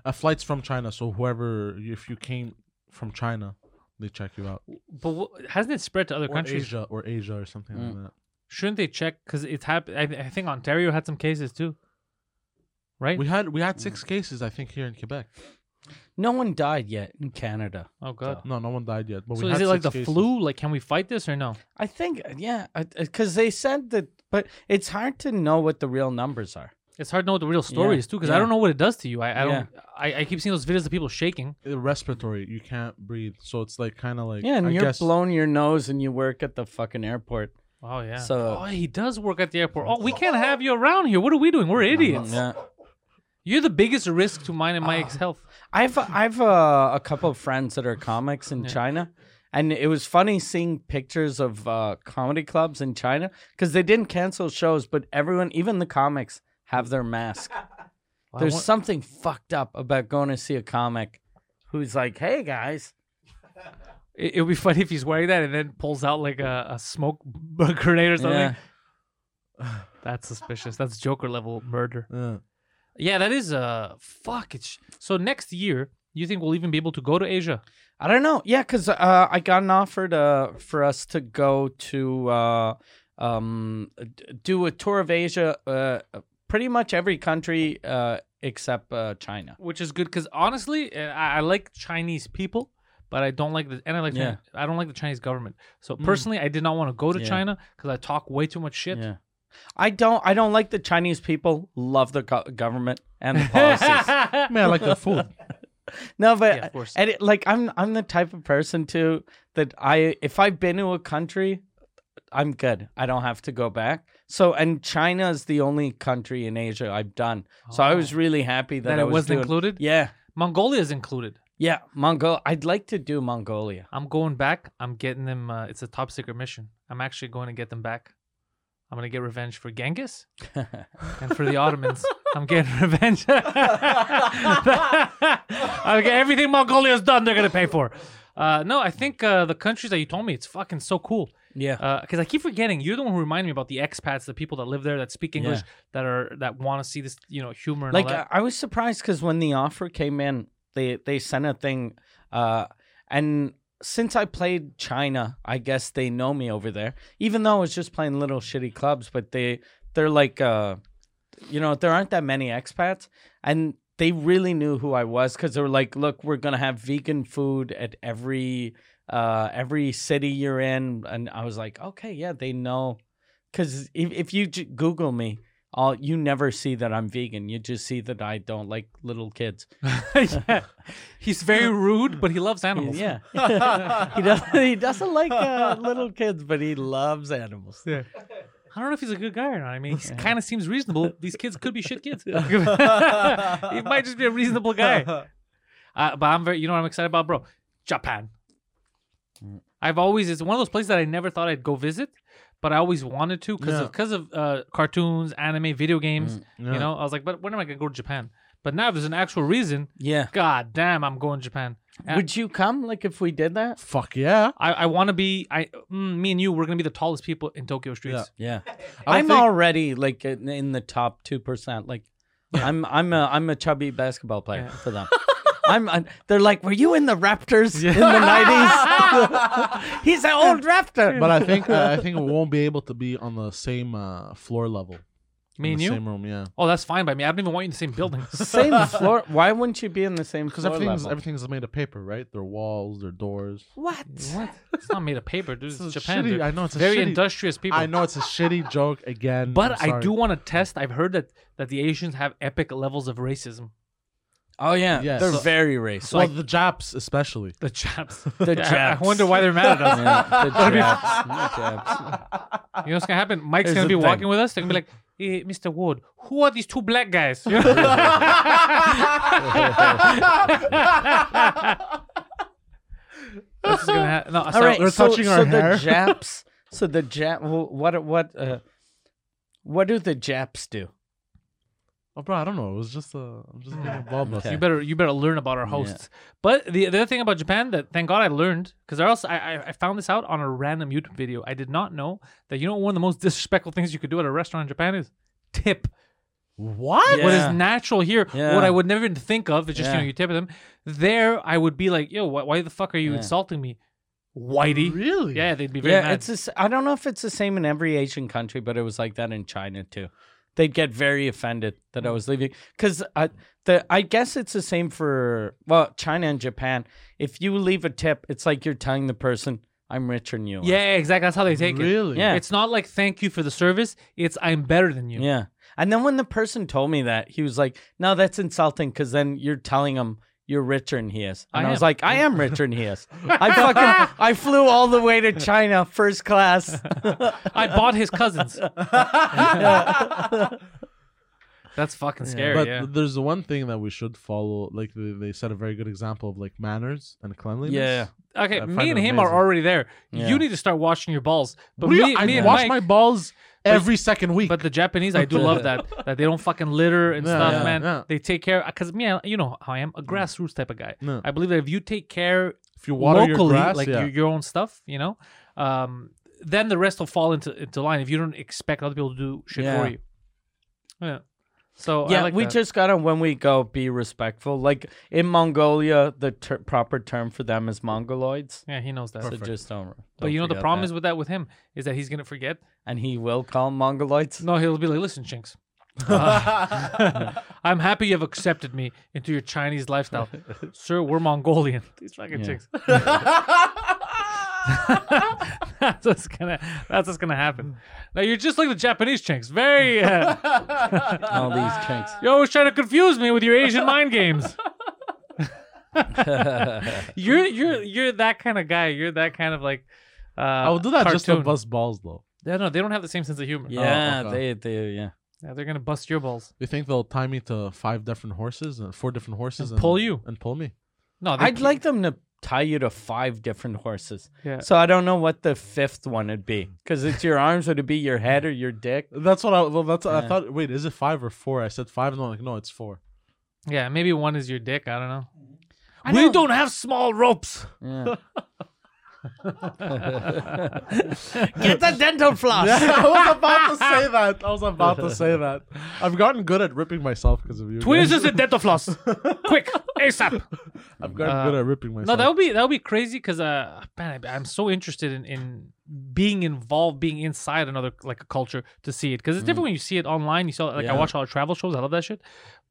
Speaker 3: Uh, flights from China. So whoever, if you came from China, they check you out.
Speaker 2: But wh- hasn't it spread to other
Speaker 3: Or
Speaker 2: countries? Mm.
Speaker 3: Asia or Asia or something like that.
Speaker 2: Shouldn't they check? Because it's happened. I, I think Ontario had some cases too. Right?
Speaker 3: We had we had
Speaker 2: Mm.
Speaker 3: six cases, I think, here in Quebec.
Speaker 1: No one died yet in Canada.
Speaker 2: oh god.
Speaker 3: No, no one died yet. But
Speaker 2: So
Speaker 3: we
Speaker 2: is
Speaker 3: had
Speaker 2: it like
Speaker 3: six
Speaker 2: the
Speaker 3: cases.
Speaker 2: flu? Like, can we fight this or no?
Speaker 1: I think, uh, yeah, because they said that, but it's hard to know what the real numbers are.
Speaker 2: It's hard to know what the real story
Speaker 1: Yeah,
Speaker 2: is too, because I
Speaker 1: yeah.
Speaker 2: don't know what it does to you. I, I don't. I, I keep seeing those videos of people shaking.
Speaker 3: Uh, respiratory. You can't breathe, so it's like kind of like
Speaker 1: Yeah, and
Speaker 3: I
Speaker 1: you're
Speaker 3: guess,
Speaker 1: blowing your nose and you work at the fucking airport.
Speaker 2: Oh yeah.
Speaker 1: So-
Speaker 2: oh, he does work at the airport. Oh, we can't have you around here. What are we doing? We're
Speaker 1: Uh-huh.
Speaker 2: idiots.
Speaker 1: Yeah.
Speaker 2: You're the biggest risk to mine and my ex health.
Speaker 1: I've I've uh, a couple of friends that are comics in China, and it was funny seeing pictures of uh, comedy clubs in China because they didn't cancel shows, but everyone, even the comics, have their mask.
Speaker 2: I
Speaker 1: There's
Speaker 2: want-
Speaker 1: something fucked up about going to see a comic who's like, "Hey guys,
Speaker 2: It, it would be funny if he's wearing that and then pulls out like a, a smoke [LAUGHS] b- grenade or something.
Speaker 1: Yeah.
Speaker 2: That's suspicious. That's Joker level murder.
Speaker 3: Yeah.
Speaker 2: Yeah, that is uh fuck. It's so next year. You think we'll even be able to go to Asia?
Speaker 1: I don't know. Yeah, because uh, I got an offer to, for us to go to uh, um, d- do a tour of Asia, uh, pretty much every country uh, except uh, China.
Speaker 2: which is good because honestly, uh, I, I like Chinese people, but I don't like the and I like
Speaker 1: Yeah. Mm.
Speaker 2: I don't like the Chinese government. So personally, I did not want to go to
Speaker 1: Yeah.
Speaker 2: China because I talk way too much shit. [LAUGHS]
Speaker 1: Yeah. I don't. I don't like the Chinese people. Love the go- government and the
Speaker 2: [LAUGHS]
Speaker 1: policies.
Speaker 3: Man, I like the food.
Speaker 1: no, but
Speaker 2: Yeah, of course.
Speaker 1: and it, like I'm, I'm the type of person too that I, if I've been to a country, I'm good. I don't have to go back. So, and China is the only country in Asia I've done. So I was really happy that,
Speaker 2: Oh. that
Speaker 1: I
Speaker 2: it
Speaker 1: was
Speaker 2: wasn't
Speaker 1: doing-
Speaker 2: included.
Speaker 1: Yeah,
Speaker 2: Mongolia is included.
Speaker 1: yeah. Mongol. I'd like to do Mongolia.
Speaker 2: I'm going back. I'm getting them. Uh, it's a top secret mission. I'm actually going to get them back. I'm gonna get revenge for
Speaker 1: [LAUGHS]
Speaker 2: Genghis and for the Ottomans. I'm getting [LAUGHS] revenge. okay, everything Mongolia's done, they're gonna pay for. Uh, no, I think uh, the countries that you told me, it's fucking so cool.
Speaker 1: Yeah.
Speaker 2: Because Uh, I keep forgetting, you're the one who reminded me about the expats, the people that live there that speak English, that are that want to see this, you know, humor. And
Speaker 1: like uh,
Speaker 2: all that.
Speaker 1: I, I was surprised because when the offer came in they they sent a thing uh and since i played china i guess they know me over there even though i was just playing little shitty clubs but they they're like uh you know there aren't that many expats and they really knew who i was because they were like look we're gonna have vegan food at every uh every city you're in and i was like okay yeah they know because if, if you j- google me all you never see that i'm vegan you just see that i don't like little kids
Speaker 2: [LAUGHS] yeah. He's very rude, but he loves animals.
Speaker 1: yeah [LAUGHS] he doesn't [LAUGHS] he doesn't like [LAUGHS] uh, little kids but he loves animals
Speaker 2: Yeah. I don't know if he's a good guy or not. I mean, he kind of seems reasonable. These kids could be shit
Speaker 1: [LAUGHS]
Speaker 2: kids. [LAUGHS] he might just be a reasonable
Speaker 1: [LAUGHS]
Speaker 2: guy. Uh, but I'm very, you know what I'm excited about, bro? Japan.
Speaker 1: Mm.
Speaker 2: I've always, it's one of those places that I never thought I'd go visit, but I always wanted to because
Speaker 3: Yeah.
Speaker 2: of, cause of uh, cartoons, anime, video games.
Speaker 1: Mm.
Speaker 3: Yeah.
Speaker 2: You know, I was like, but when am I going to go to Japan? But now there's an actual reason.
Speaker 1: yeah
Speaker 2: God damn, I'm going to Japan. And
Speaker 1: would you come like if we did that
Speaker 3: Fuck yeah.
Speaker 2: I, I want to be I mm, me and you we're gonna be the tallest people in Tokyo streets.
Speaker 1: yeah
Speaker 3: I
Speaker 1: i'm
Speaker 3: think-
Speaker 1: already like in in the top 2% like i'm i'm a i'm a chubby basketball player
Speaker 2: Yeah.
Speaker 1: for them [LAUGHS] I'm, i they're like, were you in the Raptors in the [LAUGHS] 90s? He's an old Raptor.
Speaker 3: But I think I
Speaker 2: [LAUGHS]
Speaker 3: think we won't be able to be on the same uh, floor level.
Speaker 2: Me
Speaker 3: in
Speaker 2: and
Speaker 3: the
Speaker 2: you.
Speaker 3: same room, yeah.
Speaker 2: Oh, that's fine by me. I don't even want you in the same
Speaker 3: [LAUGHS]
Speaker 2: building.
Speaker 1: same floor. Why wouldn't you be in the same
Speaker 3: Because
Speaker 1: floor
Speaker 3: everything's
Speaker 1: level?
Speaker 3: everything's made of paper, right? Their walls, their doors.
Speaker 1: What?
Speaker 2: what? It's not made of paper, dude. It's
Speaker 3: This is
Speaker 2: Japan.
Speaker 3: shitty.
Speaker 2: dude.
Speaker 3: I know, it's a
Speaker 2: very
Speaker 3: shitty-
Speaker 2: industrious people.
Speaker 3: I know it's a shitty joke again.
Speaker 2: But
Speaker 3: I'm
Speaker 2: I do
Speaker 3: sorry.
Speaker 2: want to test. I've heard that that the Asians have epic levels of racism.
Speaker 1: Oh yeah,
Speaker 3: Yeah,
Speaker 1: they're
Speaker 3: so-
Speaker 1: very racist. [LAUGHS]
Speaker 3: Well, the Japs especially.
Speaker 2: The
Speaker 3: [LAUGHS]
Speaker 2: Japs.
Speaker 1: the
Speaker 2: Yeah, I-
Speaker 1: Japs.
Speaker 2: I wonder why they're mad at [LAUGHS] us.
Speaker 1: Yeah, the Japs. [LAUGHS] the Japs.
Speaker 2: You know what's gonna happen? Mike's
Speaker 1: Here's
Speaker 2: gonna
Speaker 1: the
Speaker 2: be
Speaker 1: thing.
Speaker 2: walking with us. They're gonna be like, "Eh, Mr. Ward, who are these two black guys? [LAUGHS] You know? This is gonna ha- no, so-
Speaker 1: All right,
Speaker 3: they're
Speaker 1: so,
Speaker 3: touching
Speaker 1: so
Speaker 3: our
Speaker 1: the [LAUGHS]
Speaker 3: hair.
Speaker 1: Japs. So the Jap. wh- What? What? Uh, what do the Japs do?
Speaker 3: Oh, bro, I don't know. It was just a. I'm just
Speaker 2: [LAUGHS]
Speaker 3: getting involved.
Speaker 1: Okay.
Speaker 2: You better you better learn about our hosts. But the, the other thing about Japan that thank God I learned because else I, I I found this out on a random YouTube video. I did not know that you know one of the most disrespectful things you could do at a restaurant in Japan is tip.
Speaker 3: What?
Speaker 2: What
Speaker 1: Yeah.
Speaker 2: is natural here,
Speaker 1: Yeah.
Speaker 2: what I would never even think of, it's just you
Speaker 1: Yeah.
Speaker 2: know you tip them. There I would be like, yo, why, why the fuck are you
Speaker 1: Yeah.
Speaker 2: insulting me, whitey?
Speaker 3: Really?
Speaker 2: Yeah, they'd be very
Speaker 1: Yeah,
Speaker 2: mad.
Speaker 1: it's. the s- I don't know if it's the same in every Asian country, but it was like that in China too. They'd get very offended that I was leaving because I, the I guess it's the same for well China and Japan. If you leave a tip, it's like you're telling the person, "I'm richer than you." are."
Speaker 2: yeah, exactly. That's how they take it.
Speaker 3: Really?
Speaker 1: Yeah.
Speaker 2: It's not like thank you for the service. It's I'm better than you.
Speaker 1: Yeah. And then when the person told me that, he was like, no, that's insulting because then you're telling him you're richer than he is. And
Speaker 2: I
Speaker 1: I, was
Speaker 2: am.
Speaker 1: like, I am richer than he is.
Speaker 2: [LAUGHS]
Speaker 1: I fucking, I flew all the way to China
Speaker 2: [LAUGHS]
Speaker 1: first class.
Speaker 2: I bought his cousins. That's fucking scary.
Speaker 3: But
Speaker 2: yeah.
Speaker 3: there's the one thing that we should follow. Like they, they set a very good example of like manners and cleanliness.
Speaker 1: Yeah.
Speaker 2: Okay,
Speaker 3: I
Speaker 2: me
Speaker 3: find
Speaker 2: and
Speaker 3: it
Speaker 2: him are
Speaker 3: amazing.
Speaker 2: already there.
Speaker 1: Yeah.
Speaker 2: You need to start washing your balls. But
Speaker 3: What do you-
Speaker 2: me,
Speaker 3: I
Speaker 2: me and
Speaker 3: wash
Speaker 2: Mike,
Speaker 3: my balls every second week.
Speaker 2: but the Japanese, I do love
Speaker 3: [LAUGHS]
Speaker 2: that that they don't fucking litter and
Speaker 3: Yeah,
Speaker 2: stuff,
Speaker 3: yeah,
Speaker 2: man.
Speaker 3: yeah.
Speaker 2: They take care because me, I- you know how I am, a grassroots type of guy.
Speaker 3: No.
Speaker 2: I believe that if you take care
Speaker 3: if you water
Speaker 2: locally,
Speaker 3: your grass,
Speaker 2: like
Speaker 3: yeah.
Speaker 2: your, your own stuff, you know, um, then the rest will fall into into line if you don't expect other people to do shit
Speaker 1: Yeah.
Speaker 2: for you. Yeah. So I
Speaker 1: yeah,
Speaker 2: like
Speaker 1: we
Speaker 2: that.
Speaker 1: just gotta when we go be respectful. Like in Mongolia, the ter- proper term for them is mongoloids.
Speaker 2: yeah he knows that.
Speaker 1: So just don't.
Speaker 2: but you know the problem is with that with him is that he's gonna forget.
Speaker 1: and he will call 'em
Speaker 2: [LAUGHS]
Speaker 1: mongoloids.
Speaker 2: No, he'll be like, listen,
Speaker 3: [LAUGHS]
Speaker 2: chinks. Uh, [LAUGHS] I'm happy you've accepted me into your Chinese
Speaker 3: [LAUGHS]
Speaker 2: lifestyle. Sir, we're Mongolian. These fucking
Speaker 1: Yeah. [LAUGHS]
Speaker 2: chinks. [LAUGHS] that's what's gonna that's what's gonna happen. Now you're just like the Japanese chinks. Very
Speaker 3: [LAUGHS]
Speaker 2: uh,
Speaker 1: All these
Speaker 2: [LAUGHS]
Speaker 1: [LAUGHS] kinks.
Speaker 2: you always try to confuse me with your Asian mind games. you're you're you're that kind of guy. You're that kind of like uh
Speaker 3: I will do that just to
Speaker 2: cartoon.
Speaker 3: bust balls though.
Speaker 2: Yeah, no, they don't have the same sense of humor.
Speaker 1: Yeah, they,
Speaker 3: okay.
Speaker 1: they, yeah.
Speaker 2: Yeah, they're gonna bust your balls.
Speaker 3: They think they'll tie me to five different horses and four different horses
Speaker 2: And pull you.
Speaker 3: and pull me.
Speaker 2: No, they
Speaker 1: I'd like them to tie you to five different horses.
Speaker 2: Yeah.
Speaker 1: So I don't know what the fifth one would be because it's your arms. Would it be your head or your dick?
Speaker 3: That's what I. Well, that's I
Speaker 1: Yeah.
Speaker 3: thought. Wait, is it five or four? I said five, and I'm like, no, it's four.
Speaker 2: Yeah, maybe one is your dick. I don't know.
Speaker 1: I
Speaker 2: we
Speaker 1: don't-
Speaker 2: don't have small ropes.
Speaker 1: Yeah. [LAUGHS] Get the [LAUGHS] dental floss.
Speaker 3: [LAUGHS] I was about
Speaker 2: [LAUGHS]
Speaker 3: to say that. I was about to say that. I've gotten good at ripping myself because of you.
Speaker 2: Tweezers
Speaker 3: guys.
Speaker 2: and dental
Speaker 1: [LAUGHS]
Speaker 2: floss. Quick, ASAP.
Speaker 3: I've gotten
Speaker 2: Uh,
Speaker 3: good at ripping myself.
Speaker 2: No, that would be that would be crazy because uh, man, I, I'm so interested in, in being involved, being inside another like a culture to see it because it's different when you see it online. You saw like I
Speaker 1: Mm. Yeah.
Speaker 2: watch all the travel shows, I love that shit.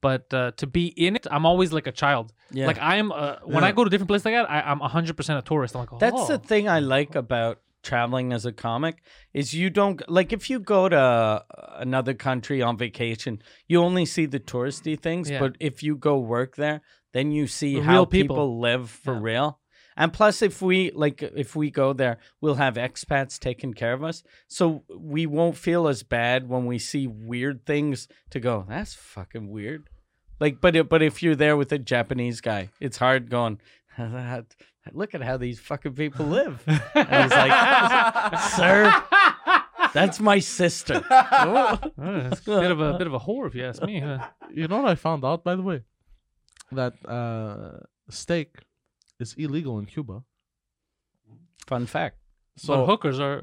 Speaker 2: But uh, to be in it, I'm always like a child.
Speaker 1: Yeah.
Speaker 2: Like I'm uh, when
Speaker 3: Yeah.
Speaker 2: I go to different places like that, I, I'm 100 percent a tourist. I'm like, oh, [LAUGHS]
Speaker 1: That's the thing I like about traveling as a comic is you don't like if you go to uh, another country on vacation, you only see the touristy things,
Speaker 2: Yeah.
Speaker 1: but if you go work there, then you see
Speaker 2: The
Speaker 1: how
Speaker 2: real people.
Speaker 1: people. live for
Speaker 2: Yeah.
Speaker 1: real. And plus if we like if we go there, we'll have expats taking care of us. So we won't feel as bad when we see weird things to go, that's fucking weird. Like, but if- but if you're there with a Japanese guy, it's hard going. Look at how these fucking people live. I was like, [LAUGHS] sir, that's my sister.
Speaker 2: Uh, it's a bit of a bit of a whore if you ask me. huh?
Speaker 3: you know what I found out, by the way, that uh, steak is illegal in Cuba.
Speaker 1: Fun fact:
Speaker 2: but
Speaker 3: So,
Speaker 2: hookers are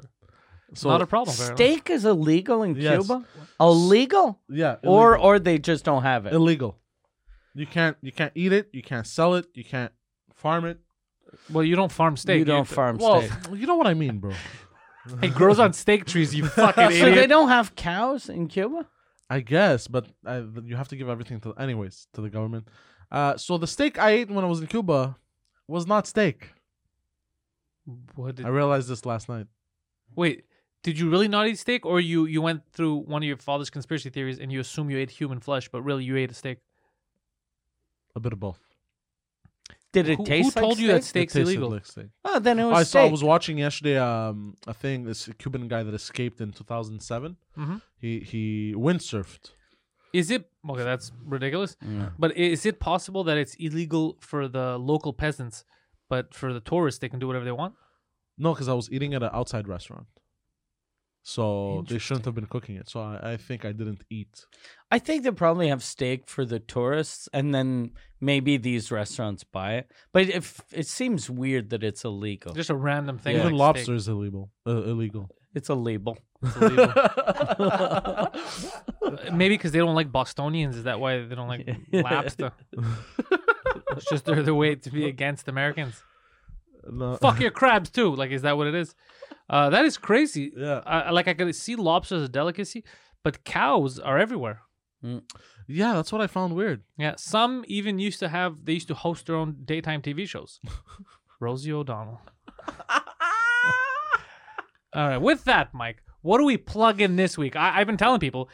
Speaker 3: so
Speaker 2: not a problem. apparently.
Speaker 1: steak is illegal in
Speaker 3: Yes.
Speaker 1: Cuba. Illegal,
Speaker 3: yeah,
Speaker 1: or
Speaker 3: illegal.
Speaker 1: or they just don't have it.
Speaker 3: illegal. You can't you can't eat it. You can't sell it. You can't farm it.
Speaker 2: Well, you don't farm steak.
Speaker 1: you don't farm
Speaker 3: Well,
Speaker 1: steak.
Speaker 3: you know what I mean, bro.
Speaker 2: [LAUGHS] It grows on steak trees.
Speaker 1: [LAUGHS]
Speaker 2: You fucking
Speaker 1: So they
Speaker 2: idiot.
Speaker 1: don't have cows in Cuba.
Speaker 3: [LAUGHS] I guess, but I, you have to give everything to anyways to the government. Uh, so the steak I ate when I was in Cuba was not steak.
Speaker 2: What did-
Speaker 3: I realized this last night.
Speaker 2: Wait, did you really not eat steak, or you you went through one of your father's conspiracy theories and you assume you ate human flesh, but really you ate a steak?
Speaker 3: A bit of both.
Speaker 1: Did it
Speaker 2: Who- who
Speaker 1: taste? like
Speaker 2: told you that steak-
Speaker 1: steak?
Speaker 2: Steak's
Speaker 3: It tasted
Speaker 2: illegal.
Speaker 3: like steak.
Speaker 1: Oh, then it was
Speaker 3: I
Speaker 1: steak.
Speaker 3: saw. I was watching yesterday um, a thing. This Cuban guy that escaped in 2007.
Speaker 2: Mhm.
Speaker 3: He he windsurfed.
Speaker 2: Is it okay? That's ridiculous.
Speaker 1: Yeah.
Speaker 2: But i- is it possible that it's illegal for the local peasants, but for the tourists they can do whatever they want?
Speaker 3: No, because I was eating at an outside restaurant, so they shouldn't have been cooking it. So I, I think I didn't eat.
Speaker 1: I think they probably have steak for the tourists, and then maybe these restaurants buy it. But if it seems weird that it's illegal,
Speaker 2: Just a random thing.
Speaker 3: Even
Speaker 2: like
Speaker 3: lobster
Speaker 2: steak.
Speaker 3: is illegal. Uh, illegal.
Speaker 1: it's
Speaker 2: [LAUGHS]
Speaker 1: a label.
Speaker 2: It's
Speaker 1: [LAUGHS]
Speaker 2: illegal. Maybe because they don't like Bostonians. Is that why they don't like lobster? it's just their, their way to be against Americans.
Speaker 3: No.
Speaker 2: Fuck your crabs too. Like, is that what it is? Uh, that is crazy.
Speaker 3: [LAUGHS] Yeah.
Speaker 2: I- I- like I could see lobster as a delicacy, but cows are everywhere.
Speaker 3: Yeah, that's what I found weird.
Speaker 2: Yeah, some even used to have they used to host their own daytime TV
Speaker 1: [LAUGHS]
Speaker 2: shows. Rosie O'Donnell. All right, with that, Mike, what do we plug in this week? I, I've been telling people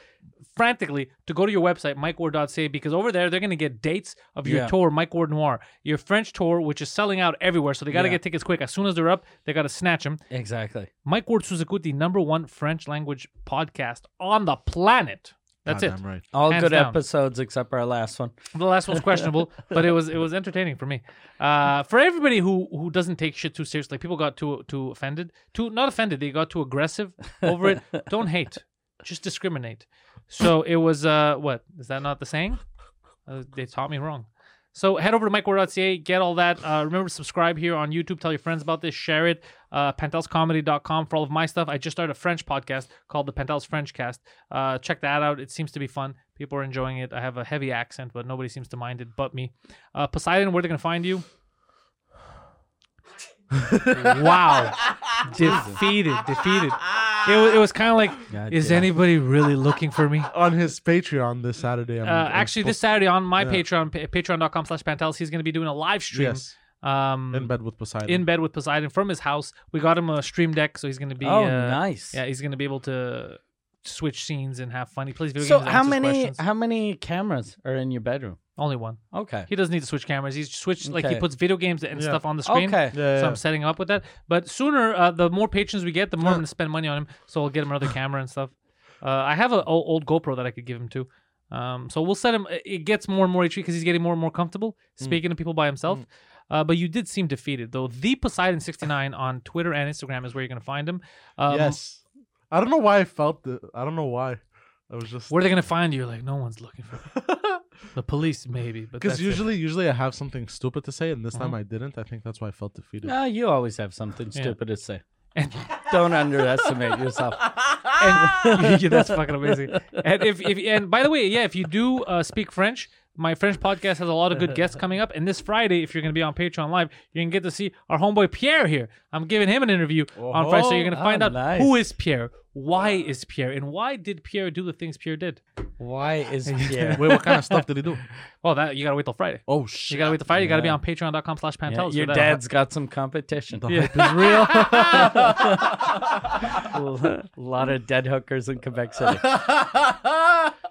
Speaker 2: frantically to go to your website, MikeWard.ca, because over there they're going to get dates of your
Speaker 1: Yeah.
Speaker 2: tour, Mike Ward Noir, your French tour, which is selling out everywhere. So they got to
Speaker 1: Yeah.
Speaker 2: get tickets quick. As soon as they're up, they got to snatch them.
Speaker 1: Exactly.
Speaker 2: Mike Ward Suzukuti, number one French language podcast on the planet. That's it.
Speaker 3: Goddamn right.
Speaker 1: All
Speaker 2: Hands
Speaker 1: good
Speaker 2: down.
Speaker 1: episodes except our last one.
Speaker 2: The last one's questionable, but it was it was entertaining for me. Uh, for everybody who who doesn't take shit too seriously, like people got too too offended, too not offended, they got too aggressive over it. Don't hate, just discriminate. So it was uh, what is that not the saying? Uh, they taught me wrong. So head over to micro.ca, get all that. Uh, remember to subscribe here on YouTube. Tell your friends about this. Share it. Uh, PentouseComedy.com for all of my stuff. I just started a French podcast called the Penthouse French Cast. Uh, check that out. It seems to be fun. People are enjoying it. I have a heavy accent, but nobody seems to mind it but me. Uh, Poseidon, where they going to find you? wow. defeated. Defeated. It was, it was kind of like,
Speaker 1: God
Speaker 2: is
Speaker 1: damn.
Speaker 2: anybody really looking for me?
Speaker 3: On his Patreon this Saturday. I'm,
Speaker 2: Uh,
Speaker 3: I'm
Speaker 2: actually, this
Speaker 3: supposed-
Speaker 2: Saturday on my
Speaker 3: Yeah.
Speaker 2: Patreon, pa- patreon.com slash Pantelis, he's going to be doing a live stream.
Speaker 3: Yes.
Speaker 2: Um,
Speaker 3: In bed with Poseidon.
Speaker 2: in bed with Poseidon from his house. We got him a stream deck, so he's going to be.
Speaker 1: oh,
Speaker 2: uh,
Speaker 1: nice.
Speaker 2: Yeah, he's going to be able to switch scenes and have fun. He plays video
Speaker 1: So
Speaker 2: games.
Speaker 1: how
Speaker 2: answers
Speaker 1: many
Speaker 2: questions.
Speaker 1: how many cameras are in your bedroom?
Speaker 2: Only one.
Speaker 1: Okay.
Speaker 2: He doesn't need to switch cameras. He's switched like he
Speaker 1: Okay.
Speaker 2: puts video games and
Speaker 3: Yeah.
Speaker 2: stuff on the screen.
Speaker 1: Okay.
Speaker 3: Yeah, yeah,
Speaker 2: So
Speaker 3: yeah.
Speaker 2: I'm setting him up with that. But sooner, uh, the more patrons we get, the more I'm
Speaker 3: Yeah.
Speaker 2: going to spend money on him. So I'll get him another camera and stuff. Uh, I have an old GoPro that I could give him too. Um, so we'll set him. it- It gets more and more each because he's getting more and more comfortable
Speaker 3: Hmm.
Speaker 2: speaking to people by himself. Uh, but you did seem defeated though. The Poseidon69 on Twitter and Instagram is where you're going to find him. Um,
Speaker 3: yes. I don't know why I felt it. I don't know why. I was just. [LAUGHS]
Speaker 2: Where are they going to find you? Like no one's looking for. me. The police, maybe, but
Speaker 3: Because
Speaker 2: that's it.
Speaker 3: usually, usually I have something stupid to say, and this time
Speaker 2: Mhm.
Speaker 3: I didn't. I think that's why I felt defeated.
Speaker 1: No, you always have something
Speaker 2: Yeah.
Speaker 1: stupid to say.
Speaker 2: And-
Speaker 1: Don't underestimate yourself. Ah!
Speaker 2: And- [LAUGHS] yeah, that's fucking amazing. And if, if and by the way, yeah, if you do uh, speak French, my French podcast has a lot of good
Speaker 1: [LAUGHS]
Speaker 2: guests coming up. And this Friday, if you're going to be on Patreon Live, you're going to get to see our homeboy Pierre here. I'm giving him an interview on Friday, so you're going to
Speaker 1: Oh,
Speaker 2: find out
Speaker 1: nice.
Speaker 2: who is Pierre, why is Pierre, and why did Pierre do the things Pierre did.
Speaker 1: Why
Speaker 2: [LAUGHS]
Speaker 1: is Pierre?
Speaker 3: Wait, what kind of [LAUGHS] stuff did he do?
Speaker 2: Well, that you got to wait till Friday.
Speaker 3: Oh
Speaker 2: You
Speaker 3: shit!
Speaker 2: got to wait till Friday. You got to be on Patreon.com/slash
Speaker 1: Yeah,
Speaker 2: Pantelis.
Speaker 1: your
Speaker 2: for that. [LAUGHS]
Speaker 1: [LAUGHS] dad's got some competition.
Speaker 3: The
Speaker 2: Yeah.
Speaker 3: hype is real.
Speaker 1: a [LAUGHS] lot of dead hookers in Quebec City.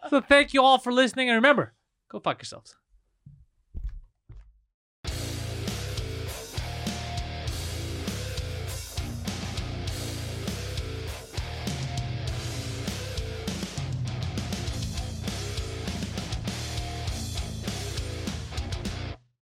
Speaker 2: So thank you all for listening, and remember, go fuck yourselves.